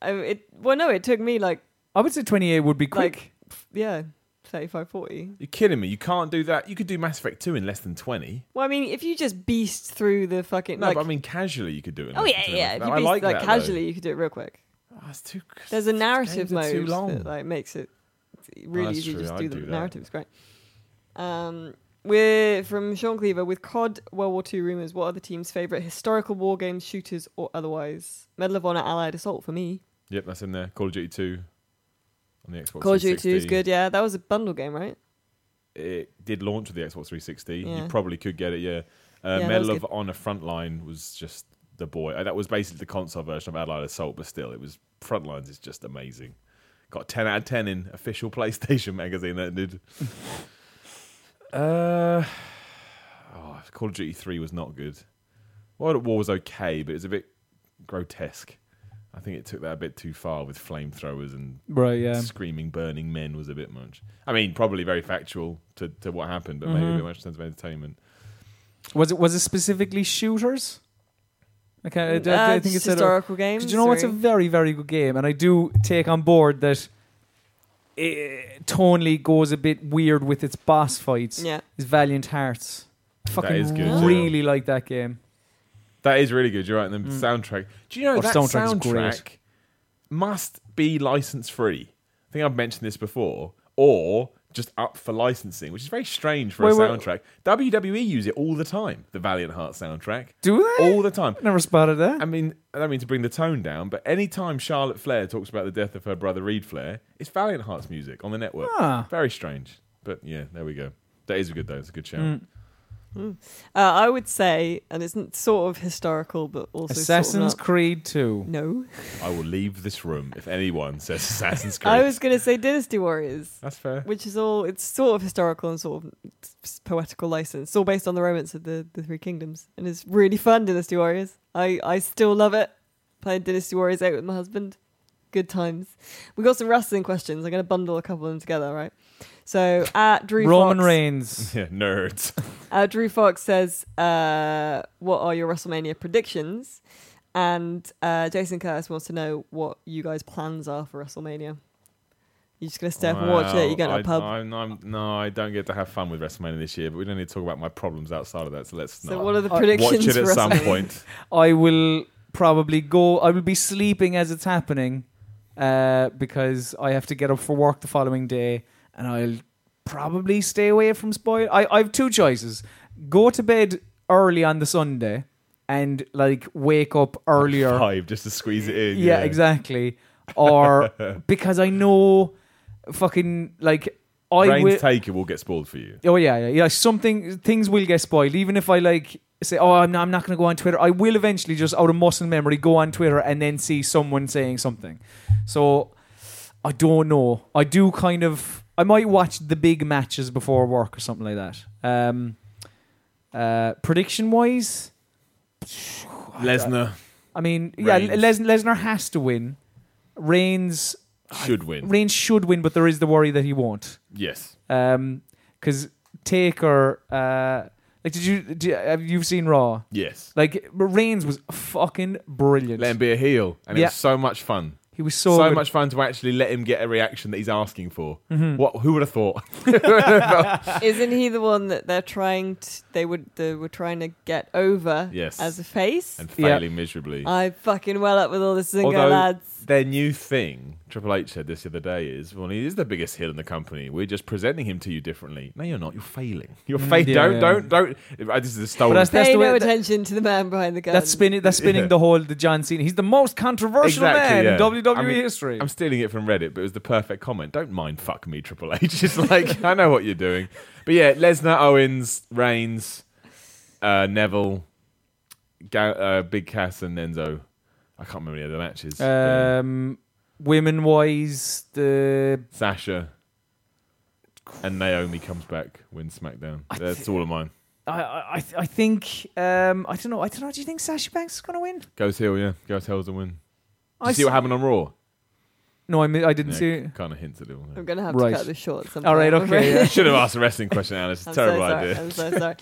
Speaker 1: I mean, it well, no, it took me like
Speaker 2: I would say twenty-eight would be quick.
Speaker 1: Like- yeah, 35, 40.
Speaker 3: You're kidding me. You can't do that. You could do Mass Effect 2 in less than 20.
Speaker 1: Well, I mean, if you just beast through the fucking
Speaker 3: No,
Speaker 1: like,
Speaker 3: but I mean, casually, you could do it. in
Speaker 1: oh
Speaker 3: less
Speaker 1: yeah,
Speaker 3: than 20.
Speaker 1: yeah, if
Speaker 3: No,
Speaker 1: you
Speaker 3: I
Speaker 1: beast
Speaker 3: like
Speaker 1: like
Speaker 3: that, though.
Speaker 1: casually, you could do it real quick.
Speaker 3: Oh, it's too,
Speaker 1: There's a narrative
Speaker 3: games are
Speaker 1: mode
Speaker 3: Too long. Oh,
Speaker 1: that like makes it really
Speaker 3: that's
Speaker 1: easy.
Speaker 3: true,
Speaker 1: Just
Speaker 3: I'd
Speaker 1: do the
Speaker 3: do that.
Speaker 1: narrative. It's great. Um, we're from Sean Cleaver with COD World War II rumors. What are the team's favorite historical war games, shooters, or otherwise? Medal of Honor, Allied Assault for me.
Speaker 3: Yep, that's in there. Call of Duty 2 on the Xbox
Speaker 1: Call of Duty 2
Speaker 3: 360.
Speaker 1: is good. Yeah, that was a bundle game, right?
Speaker 3: It did launch with the Xbox 360.
Speaker 1: Yeah.
Speaker 3: You probably could get it, yeah. Uh,
Speaker 1: that
Speaker 3: Medal
Speaker 1: was
Speaker 3: of Honor Frontline was just the boy. Uh, That was basically the console version of Allied Assault, but still, it was Frontlines is just amazing. Got a 10 out of 10 in official PlayStation magazine that did. uh, oh, Call of Duty 3 was not good. World at War was okay, but it was a bit grotesque. I think it took that a bit too far with flamethrowers and
Speaker 2: right. Yeah.
Speaker 3: screaming, burning men was a bit much. I mean, probably very factual to, to what happened, but
Speaker 2: Mm-hmm.
Speaker 3: maybe a bit much in terms of entertainment.
Speaker 2: Was it? Was it specifically shooters? Okay. I, I- I
Speaker 1: Uh,
Speaker 2: think
Speaker 1: just
Speaker 2: it's
Speaker 1: historical games.
Speaker 2: Do you know what's a
Speaker 1: sorry.
Speaker 2: very very good game? And I do take on board that. uh tonally goes a bit weird with its boss fights.
Speaker 1: Yeah.
Speaker 2: Is Valiant Hearts. Fucking
Speaker 3: is good, yeah.
Speaker 2: really like that game.
Speaker 3: That is really good. You're right. And
Speaker 2: Mm.
Speaker 3: then soundtrack. Do you know
Speaker 2: Or
Speaker 3: that
Speaker 2: soundtrack is
Speaker 3: soundtrack,
Speaker 2: great.
Speaker 3: must be license free? I think I've mentioned this before, or just up for licensing, which is very strange for a
Speaker 2: Wait, wait.
Speaker 3: soundtrack. WWE use it all the time, the Valiant Heart soundtrack.
Speaker 2: Do
Speaker 1: Oh,
Speaker 2: they?
Speaker 3: All the time.
Speaker 2: Never spotted that.
Speaker 3: I mean, I don't mean to bring the tone down, but any time Charlotte Flair talks about the death of her brother Reed Flair, it's Valiant Hearts music on the network.
Speaker 2: Ah.
Speaker 3: Very strange. But yeah, there we go. That is a good though. It's a good show.
Speaker 1: Mm. Uh, I would say, and it's n- sort of historical, but also
Speaker 2: Assassin's
Speaker 1: sort of not-
Speaker 2: Creed 2.
Speaker 1: No,
Speaker 3: I will leave this room if anyone says Assassin's Creed.
Speaker 1: I was going to say Dynasty Warriors.
Speaker 3: That's fair.
Speaker 1: which is all it's sort of historical and sort of s- poetical license. It's all based on the romance of the, the Three Kingdoms, and it's really fun. Dynasty Warriors, I I still love it. Playing Dynasty Warriors out with my husband, good times. We got some wrestling questions. I'm going to bundle a couple of them together, right? So at Drew
Speaker 2: Roman
Speaker 1: Fox,
Speaker 2: Reigns.
Speaker 3: Yeah, nerds.
Speaker 1: uh, Drew Fox says, uh, "What are your WrestleMania predictions?" And uh, Jason Curtis wants to know what you guys' plans are for WrestleMania. You're just gonna stay up and watch it. You're going to
Speaker 3: I,
Speaker 1: a pub.
Speaker 3: I'm, I'm, no, I don't get to have fun with WrestleMania this year, but we don't need to talk about my problems outside of that. So let's
Speaker 1: so
Speaker 3: not
Speaker 1: what are the
Speaker 3: watch
Speaker 1: predictions
Speaker 3: it at
Speaker 1: for
Speaker 3: some
Speaker 1: WrestleMania?
Speaker 3: point.
Speaker 2: I will probably go. I will be sleeping as it's happening uh, because I have to get up for work the following day, and I'll probably stay away from spoil. I, I have two choices: go to bed early on the Sunday and like wake up earlier.
Speaker 3: Five, just to squeeze it in.
Speaker 2: yeah, exactly. Or because I know, fucking like I
Speaker 3: Reigns
Speaker 2: will.
Speaker 3: Taker will get spoiled for you.
Speaker 2: Oh yeah, yeah, yeah. Something things will get spoiled, even if I like say, "Oh, I'm not, I'm not going to go on Twitter." I will eventually, just out of muscle memory, go on Twitter and then see someone saying something. So I don't know. I do kind of. I might watch the big matches before work or something like that. Um, uh, prediction wise,
Speaker 3: Lesnar
Speaker 2: I mean, yeah,
Speaker 3: Reigns.
Speaker 2: Les- Lesnar has to win. Reigns,
Speaker 3: should win.
Speaker 2: Reigns should win, but there is the worry that he won't.
Speaker 3: yes.
Speaker 2: Um 'cause because Taker, uh, like, did you, did you have you seen Raw?
Speaker 3: Yes.
Speaker 2: Like, Reigns was fucking brilliant.
Speaker 3: Let him be a heel. And it
Speaker 2: Yeah.
Speaker 3: was so much fun.
Speaker 2: He was so,
Speaker 3: So,
Speaker 2: good.
Speaker 3: much fun to actually let him get a reaction that he's asking for.
Speaker 2: Mm-hmm.
Speaker 3: What? Who would have thought? Who would have thought?
Speaker 1: Isn't he the one that they're trying to? They would. They were trying to get over.
Speaker 3: Yes.
Speaker 1: As a face.
Speaker 3: and
Speaker 2: Yeah. Uh,
Speaker 3: failing miserably.
Speaker 1: I'm fucking well up with all this Zynga
Speaker 3: Although
Speaker 1: lads.
Speaker 3: their new thing, Triple H said this the other day, is well, he is the biggest heel in the company. We're just presenting him to you differently. No, you're not. You're failing. You're failing.
Speaker 2: Mm, yeah,
Speaker 3: don't,
Speaker 2: yeah.
Speaker 3: don't, don't, Uh, This is a stolen.
Speaker 2: that's-
Speaker 1: Pay
Speaker 2: the way-
Speaker 1: no
Speaker 2: that-
Speaker 1: attention to the man behind the curtain.
Speaker 2: That's spinning. That's spinning
Speaker 3: Yeah.
Speaker 2: the whole the John Cena. He's the most controversial man
Speaker 3: yeah.
Speaker 2: in WWE
Speaker 3: I mean,
Speaker 2: history.
Speaker 3: I'm stealing it from Reddit, but it was the perfect comment. Don't mind fuck me, Triple H. It's like, I know what you're doing. But yeah, Lesnar, Owens, Reigns, uh, Neville, Ga- uh, Big Cass, and Enzo. I can't remember the other matches. but, yeah.
Speaker 2: um, women wise, the
Speaker 3: Sasha. And Naomi comes back, wins SmackDown. That's all of mine.
Speaker 2: I I, I- I think um, I don't know. I don't know. Do you think Sasha Banks is going to win?
Speaker 3: Goes heel, yeah. Goes heel's a win. Did
Speaker 2: I
Speaker 3: you see what
Speaker 2: s-
Speaker 3: happened on Raw?
Speaker 2: No, I, mi- I didn't see. it.
Speaker 3: Kind of hinted at it. wasn't
Speaker 1: I'm
Speaker 3: it?
Speaker 1: gonna have
Speaker 2: Right.
Speaker 1: to cut this short. at some
Speaker 2: All right,
Speaker 1: point, I'm
Speaker 2: okay,
Speaker 1: afraid.
Speaker 2: yeah.
Speaker 3: Should have asked a wrestling question, Alice. It's a
Speaker 1: I'm
Speaker 3: terrible
Speaker 1: so sorry.
Speaker 3: idea.
Speaker 1: I'm so sorry.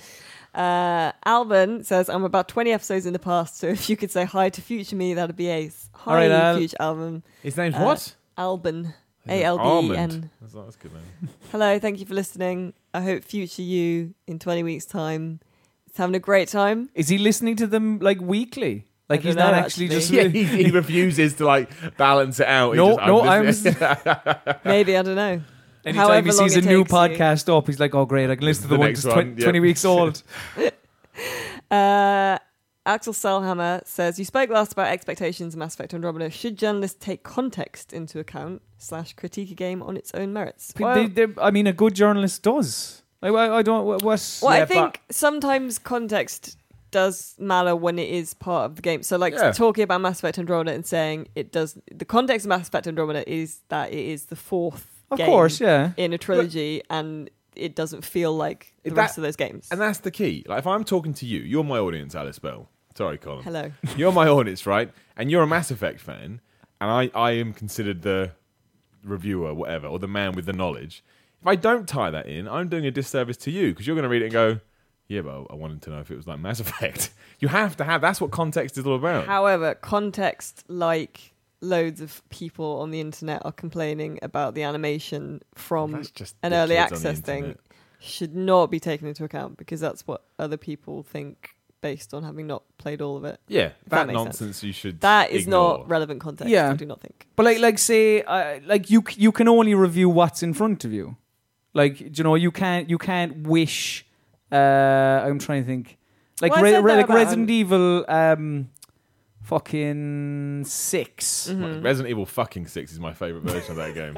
Speaker 1: Uh, Alvin says, "I'm about 20 episodes in the past, so if you could say hi to future me, that'd be ace." Hi,
Speaker 2: right, Al.
Speaker 1: future Alvin.
Speaker 3: His name's
Speaker 1: Uh,
Speaker 3: what?
Speaker 1: Albin. A L B E N.
Speaker 3: That's, that's good, man.
Speaker 1: Hello, thank you for listening. I hope future you in 20 weeks' time is having a great time.
Speaker 2: Is he listening to them like weekly? Like
Speaker 1: don't
Speaker 2: he's not
Speaker 1: know,
Speaker 2: actually,
Speaker 1: actually.
Speaker 2: just.
Speaker 3: yeah, he, he refuses to like balance it out. He
Speaker 2: No,
Speaker 3: just,
Speaker 2: no, I'm.
Speaker 3: listening.
Speaker 1: Maybe I don't know.
Speaker 2: Anytime he sees a new podcast up, he's like, "Oh, great! I can listen to the,
Speaker 3: The
Speaker 2: one
Speaker 3: next
Speaker 2: that's twen-
Speaker 3: one, yeah.
Speaker 2: 20 weeks old."
Speaker 1: Uh, Axel Selhammer says you spoke last about expectations in Mass Effect Andromeda. Should journalists take context into account slash critique a game on its own merits?
Speaker 2: P-
Speaker 1: Well,
Speaker 2: they- they- I mean, a good journalist does. Like, I, I don't. What? what's-
Speaker 1: well,
Speaker 3: yeah,
Speaker 1: I think sometimes context does matter when it is part of the game. So, like
Speaker 3: Yeah.
Speaker 1: talking about Mass Effect Andromeda and saying it does. The context of Mass Effect Andromeda is that it is the fourth,
Speaker 2: Of
Speaker 1: game
Speaker 2: course, yeah.
Speaker 1: in a trilogy, and it doesn't feel like the
Speaker 3: That-
Speaker 1: rest of those games.
Speaker 3: and that's the key. Like, if I'm talking to you, you're my audience, Alice Bell. Sorry, Colin.
Speaker 1: Hello.
Speaker 3: You're my audience, right? And you're a Mass Effect fan, and I, I am considered the reviewer, whatever, or the man with the knowledge. If I don't tie that in, I'm doing a disservice to you because you're going to read it and go, yeah, but I wanted to know if it was like Mass Effect. You have to have. That's what context is all about.
Speaker 1: However, context like loads of people on the internet are complaining about the animation from
Speaker 3: That's just
Speaker 1: an
Speaker 3: the
Speaker 1: early
Speaker 3: kids on the
Speaker 1: access thing
Speaker 3: internet.
Speaker 1: should not be taken into account because that's what other people think based on having not played all of it.
Speaker 3: Yeah, that,
Speaker 1: makes sense.
Speaker 3: nonsense you should.
Speaker 1: That is
Speaker 3: ignore.
Speaker 1: not relevant context.
Speaker 2: Yeah.
Speaker 1: I do not think.
Speaker 2: But like, like say, uh, like you c- you can only review what's in front of you. Like you know, you can't you can't wish. Uh, I'm trying to think. Like
Speaker 1: Well, I
Speaker 2: re-
Speaker 1: said
Speaker 2: re-
Speaker 1: that
Speaker 2: like
Speaker 1: about-
Speaker 2: Resident Evil, um, fucking 6
Speaker 1: Mm-hmm.
Speaker 3: Resident Evil fucking six is my favorite version of that game.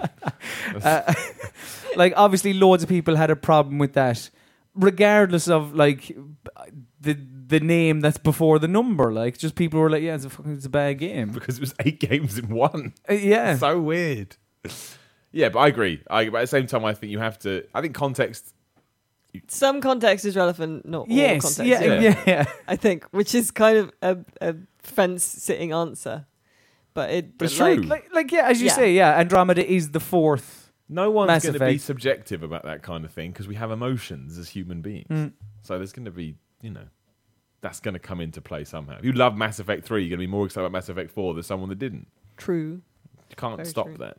Speaker 2: Uh, like obviously loads of people had a problem with that regardless of like the the name that's before the number like just people were like yeah it's a fucking it's a bad game
Speaker 3: because it was eight games in one.
Speaker 2: Uh, yeah
Speaker 3: so weird. Yeah, but I agree. I, but at the same time, I think you have to. I think context.
Speaker 1: Some context is relevant, not all
Speaker 2: yes
Speaker 1: context.
Speaker 2: yeah,
Speaker 1: is relevant,
Speaker 2: yeah yeah
Speaker 1: I think, which is kind of a, a fence sitting answer. But it
Speaker 3: But it's
Speaker 1: like,
Speaker 3: true.
Speaker 2: like like yeah as you
Speaker 1: Yeah.
Speaker 2: say yeah andromeda is the fourth
Speaker 3: No one's
Speaker 2: Mass
Speaker 3: going to be
Speaker 2: Effect.
Speaker 3: subjective about that kind of thing because we have emotions as human beings.
Speaker 2: Mm.
Speaker 3: So there's going to be, you know, that's going to come into play somehow. If you love Mass Effect three, you're going to be more excited about Mass Effect four than someone that didn't.
Speaker 1: true.
Speaker 3: You can't
Speaker 1: Very
Speaker 3: stop
Speaker 1: true.
Speaker 3: that.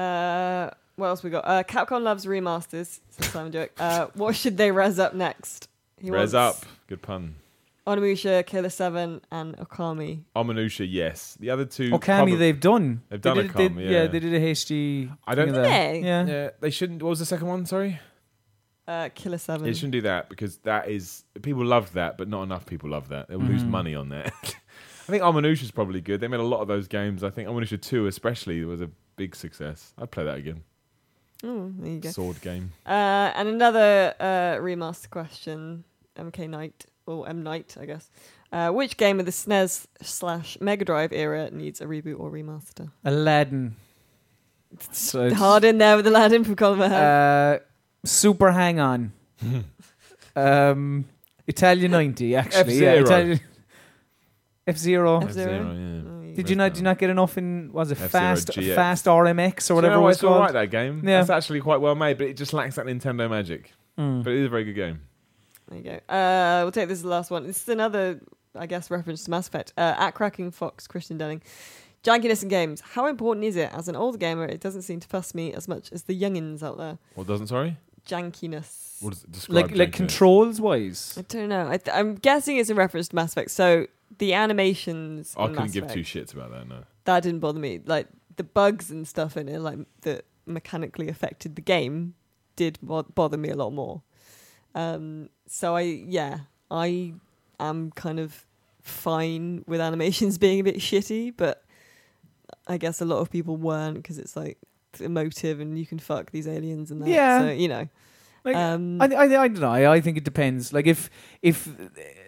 Speaker 1: Uh, what else we got? Uh, Capcom loves remasters. Says Simon Joke. Uh, what should they res up next? He
Speaker 3: Res
Speaker 1: wants
Speaker 3: up. Good pun.
Speaker 1: Onimusha, Killer Seven, and Okami.
Speaker 3: Ominusha, yes. The other two.
Speaker 2: okami
Speaker 3: probab-
Speaker 2: they've done
Speaker 3: They've done
Speaker 2: they did,
Speaker 3: Okami,
Speaker 2: they-
Speaker 3: yeah.
Speaker 2: they did a hd
Speaker 3: I don't-
Speaker 2: thing of
Speaker 3: Did
Speaker 2: that.
Speaker 1: they?
Speaker 2: yeah
Speaker 3: Yeah, they shouldn't. What was the second one? Sorry,
Speaker 1: Uh, Killer Seven.
Speaker 3: they shouldn't do that because that is people loved that, but not enough people love that. They'll
Speaker 1: Mm.
Speaker 3: lose money on that. I think Ominusha's probably good. They made a lot of those games. I think Ominusha two, especially, was a big success. I'd play that again.
Speaker 1: Oh, there you go.
Speaker 3: Sword game.
Speaker 1: Uh, and another uh, remaster question, MK Knight or M Knight, I guess. Uh, which game of the SNES slash Mega Drive era needs a reboot or remaster?
Speaker 2: aladdin so it's-
Speaker 1: Hard in there with Aladdin from Colin
Speaker 3: Uh-huh.
Speaker 1: uh,
Speaker 2: uh super hang on um italian 90 actually
Speaker 3: F-Zero.
Speaker 2: f zero
Speaker 1: F- F-Zero?
Speaker 3: F-Zero, yeah.
Speaker 2: did you not did you not get enough in was it
Speaker 3: F-Zero
Speaker 2: fast
Speaker 3: GX.
Speaker 2: fast rmx or
Speaker 3: Do you
Speaker 2: whatever
Speaker 3: know
Speaker 2: it
Speaker 3: why
Speaker 2: was
Speaker 3: it's all
Speaker 2: called
Speaker 3: right that game.
Speaker 2: Yeah.
Speaker 3: It's actually quite well made, but it just lacks that Nintendo magic.
Speaker 1: Mm.
Speaker 2: Mm.
Speaker 3: But it is a very good game.
Speaker 1: There you go. Uh, we'll take this as the last one. This is another, I guess, reference to Mass Effect. Uh, at Cracking Fox, Christian Denning. Jankiness in games. How important is it? As an old gamer, it doesn't seem to fuss me as much as the youngins out there.
Speaker 3: What doesn't? Sorry.
Speaker 1: Jankiness.
Speaker 3: What does it describe?
Speaker 2: like like
Speaker 3: Jankiness?
Speaker 2: controls wise
Speaker 1: I don't know. I th- I'm guessing it's a reference to Mass Effect. So the animations.
Speaker 3: I
Speaker 1: in
Speaker 3: couldn't
Speaker 1: Mass
Speaker 3: give
Speaker 1: Effect,
Speaker 3: two shits about that. No.
Speaker 1: that didn't bother me. Like the bugs and stuff in it, like that mechanically affected the game, did bo- bother me a lot more. Um, so I, yeah, I am kind of fine with animations being a bit shitty, but I guess a lot of people weren't because it's like it's emotive and you can fuck these aliens and that.
Speaker 2: Yeah.
Speaker 1: So, you know,
Speaker 2: like
Speaker 1: um,
Speaker 2: I, I I don't know I think it depends like if if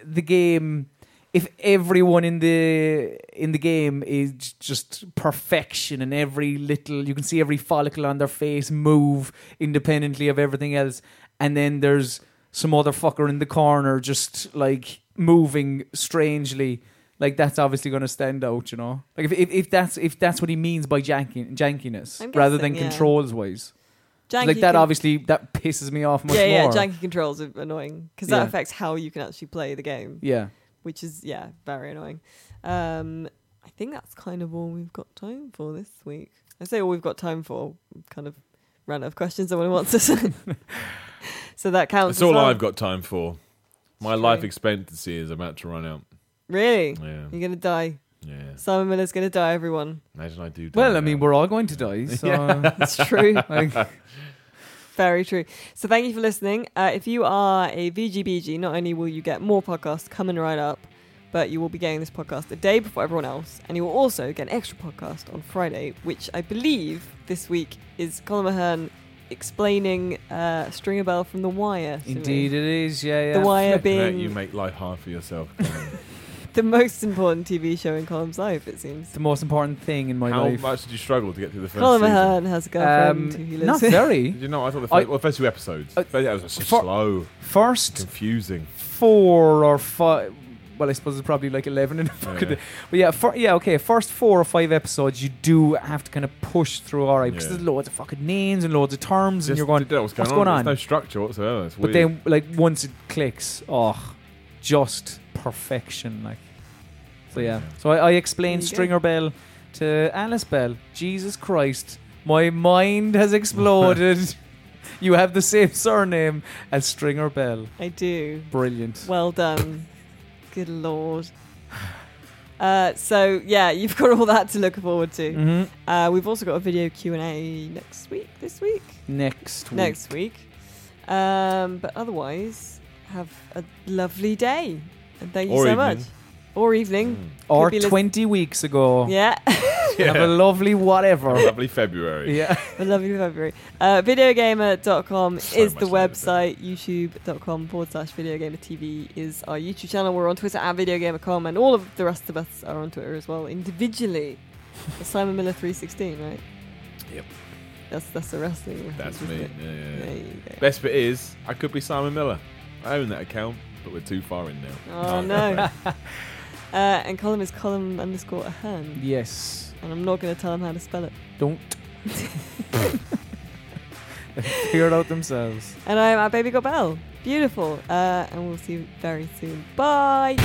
Speaker 2: the game if everyone in the in the game is just perfection and every little you can see every follicle on their face move independently of everything else and then there's some other fucker in the corner just like moving strangely like that's obviously going to stand out you know like if, if, if that's if that's what he means by janky, jankiness
Speaker 1: I'm
Speaker 2: rather than
Speaker 1: guessing, yeah.
Speaker 2: controls wise
Speaker 1: janky
Speaker 2: like that
Speaker 1: con-
Speaker 2: obviously that pisses me off much
Speaker 1: yeah, yeah,
Speaker 2: more
Speaker 1: janky controls are annoying because that
Speaker 2: Yeah.
Speaker 1: affects how you can actually play the game.
Speaker 2: yeah
Speaker 1: which is yeah very annoying um i think that's kind of all we've got time for this week i say all we've got time for we've kind of ran out of questions someone wants us so that counts
Speaker 3: That's
Speaker 1: as
Speaker 3: all
Speaker 1: well.
Speaker 3: I've got time for. My
Speaker 1: It's
Speaker 3: life
Speaker 1: true.
Speaker 3: expectancy is about to run out.
Speaker 1: really
Speaker 3: Yeah.
Speaker 1: you're gonna die
Speaker 3: Yeah.
Speaker 1: simon miller's gonna die everyone
Speaker 3: Imagine I do. die
Speaker 2: Well, I mean,
Speaker 3: now.
Speaker 2: we're all going to die, so
Speaker 1: it's true
Speaker 2: like,
Speaker 1: Very true. So thank you for listening. Uh, if you are a VGBG, not only will you get more podcasts coming right up, but you will be getting this podcast a day before everyone else, and you will also get an extra podcast on Friday, which I believe this week is Colin Mahern explaining uh, Stringer Bell from The Wire. to me.
Speaker 2: indeed it is. Yeah, yeah.
Speaker 1: The Wire
Speaker 3: Look,
Speaker 1: being
Speaker 3: you make life hard for yourself.
Speaker 1: the most important TV show in Colin's life, it seems.
Speaker 2: the most important thing in my
Speaker 3: How
Speaker 2: life.
Speaker 3: much did you struggle to get through the first
Speaker 1: Colin
Speaker 3: season?
Speaker 1: Mahern has a
Speaker 2: Um,
Speaker 1: girlfriend who he lives
Speaker 2: not
Speaker 1: with.
Speaker 3: Did
Speaker 2: very.
Speaker 3: you know? I thought the first,
Speaker 2: I-
Speaker 3: well, the first two episodes.
Speaker 2: Uh,
Speaker 3: First- that was so
Speaker 2: for-
Speaker 3: slow,
Speaker 2: First
Speaker 3: confusing.
Speaker 2: four or five. Well, I suppose it's probably like eleven in a fucking.
Speaker 3: yeah.
Speaker 2: But yeah, fir- yeah, okay. First four or five episodes, you do have to kind of push through, all right, because
Speaker 3: Yeah.
Speaker 2: there's loads of fucking names and loads of terms,
Speaker 3: Just
Speaker 2: and you're going.
Speaker 3: didn't know what's going
Speaker 2: "What's
Speaker 3: on?
Speaker 2: going on?"
Speaker 3: There's no structure whatsoever. It's
Speaker 2: But
Speaker 3: weird.
Speaker 2: then, like, once it clicks, oh, just perfection. Like, so yeah. So I, I explained
Speaker 1: There you go.
Speaker 2: Stringer Bell to Alice Bell. Jesus Christ, my mind has exploded. you have the same surname as Stringer Bell.
Speaker 1: I do.
Speaker 2: Brilliant.
Speaker 1: Well done. Good lord. Uh, so yeah, you've got all that to look forward to.
Speaker 2: Mm.
Speaker 1: Uh, we've also got a video Q and A next week. This week,
Speaker 2: Next week.
Speaker 1: next week. Um, but otherwise, have a lovely day, and thank you
Speaker 3: Or
Speaker 1: so
Speaker 3: evening.
Speaker 1: much. Or evening.
Speaker 2: Or
Speaker 1: Could be lis-
Speaker 2: 20 weeks ago.
Speaker 1: Yeah,
Speaker 2: Have a lovely whatever.
Speaker 3: Hmm. Lovely February.
Speaker 2: yeah.
Speaker 1: I love you, February. Uh, videogamer.com is
Speaker 3: much
Speaker 1: the
Speaker 3: love
Speaker 1: website. YouTube.com forward slash videogamer TV is our YouTube channel. We're on Twitter at videogamer.com, and all of the rest of us are on Twitter as well individually. Simon Miller 316, right?
Speaker 3: Yep.
Speaker 1: That's that's the wrestling. reference,
Speaker 3: That's
Speaker 1: isn't it?
Speaker 3: me. Yeah, yeah,
Speaker 1: There
Speaker 3: yeah.
Speaker 1: you go.
Speaker 3: Best bit is, I could be Simon Miller. I own that account, but we're too far in now.
Speaker 1: Oh, no. Uh, and column is column underscore Ahern.
Speaker 2: Yes.
Speaker 1: And I'm not going to tell him how to spell it.
Speaker 2: Don't. Figure it out themselves.
Speaker 1: And I'm at Baby Got Bell. Beautiful. Uh, and we'll see you very soon. Bye.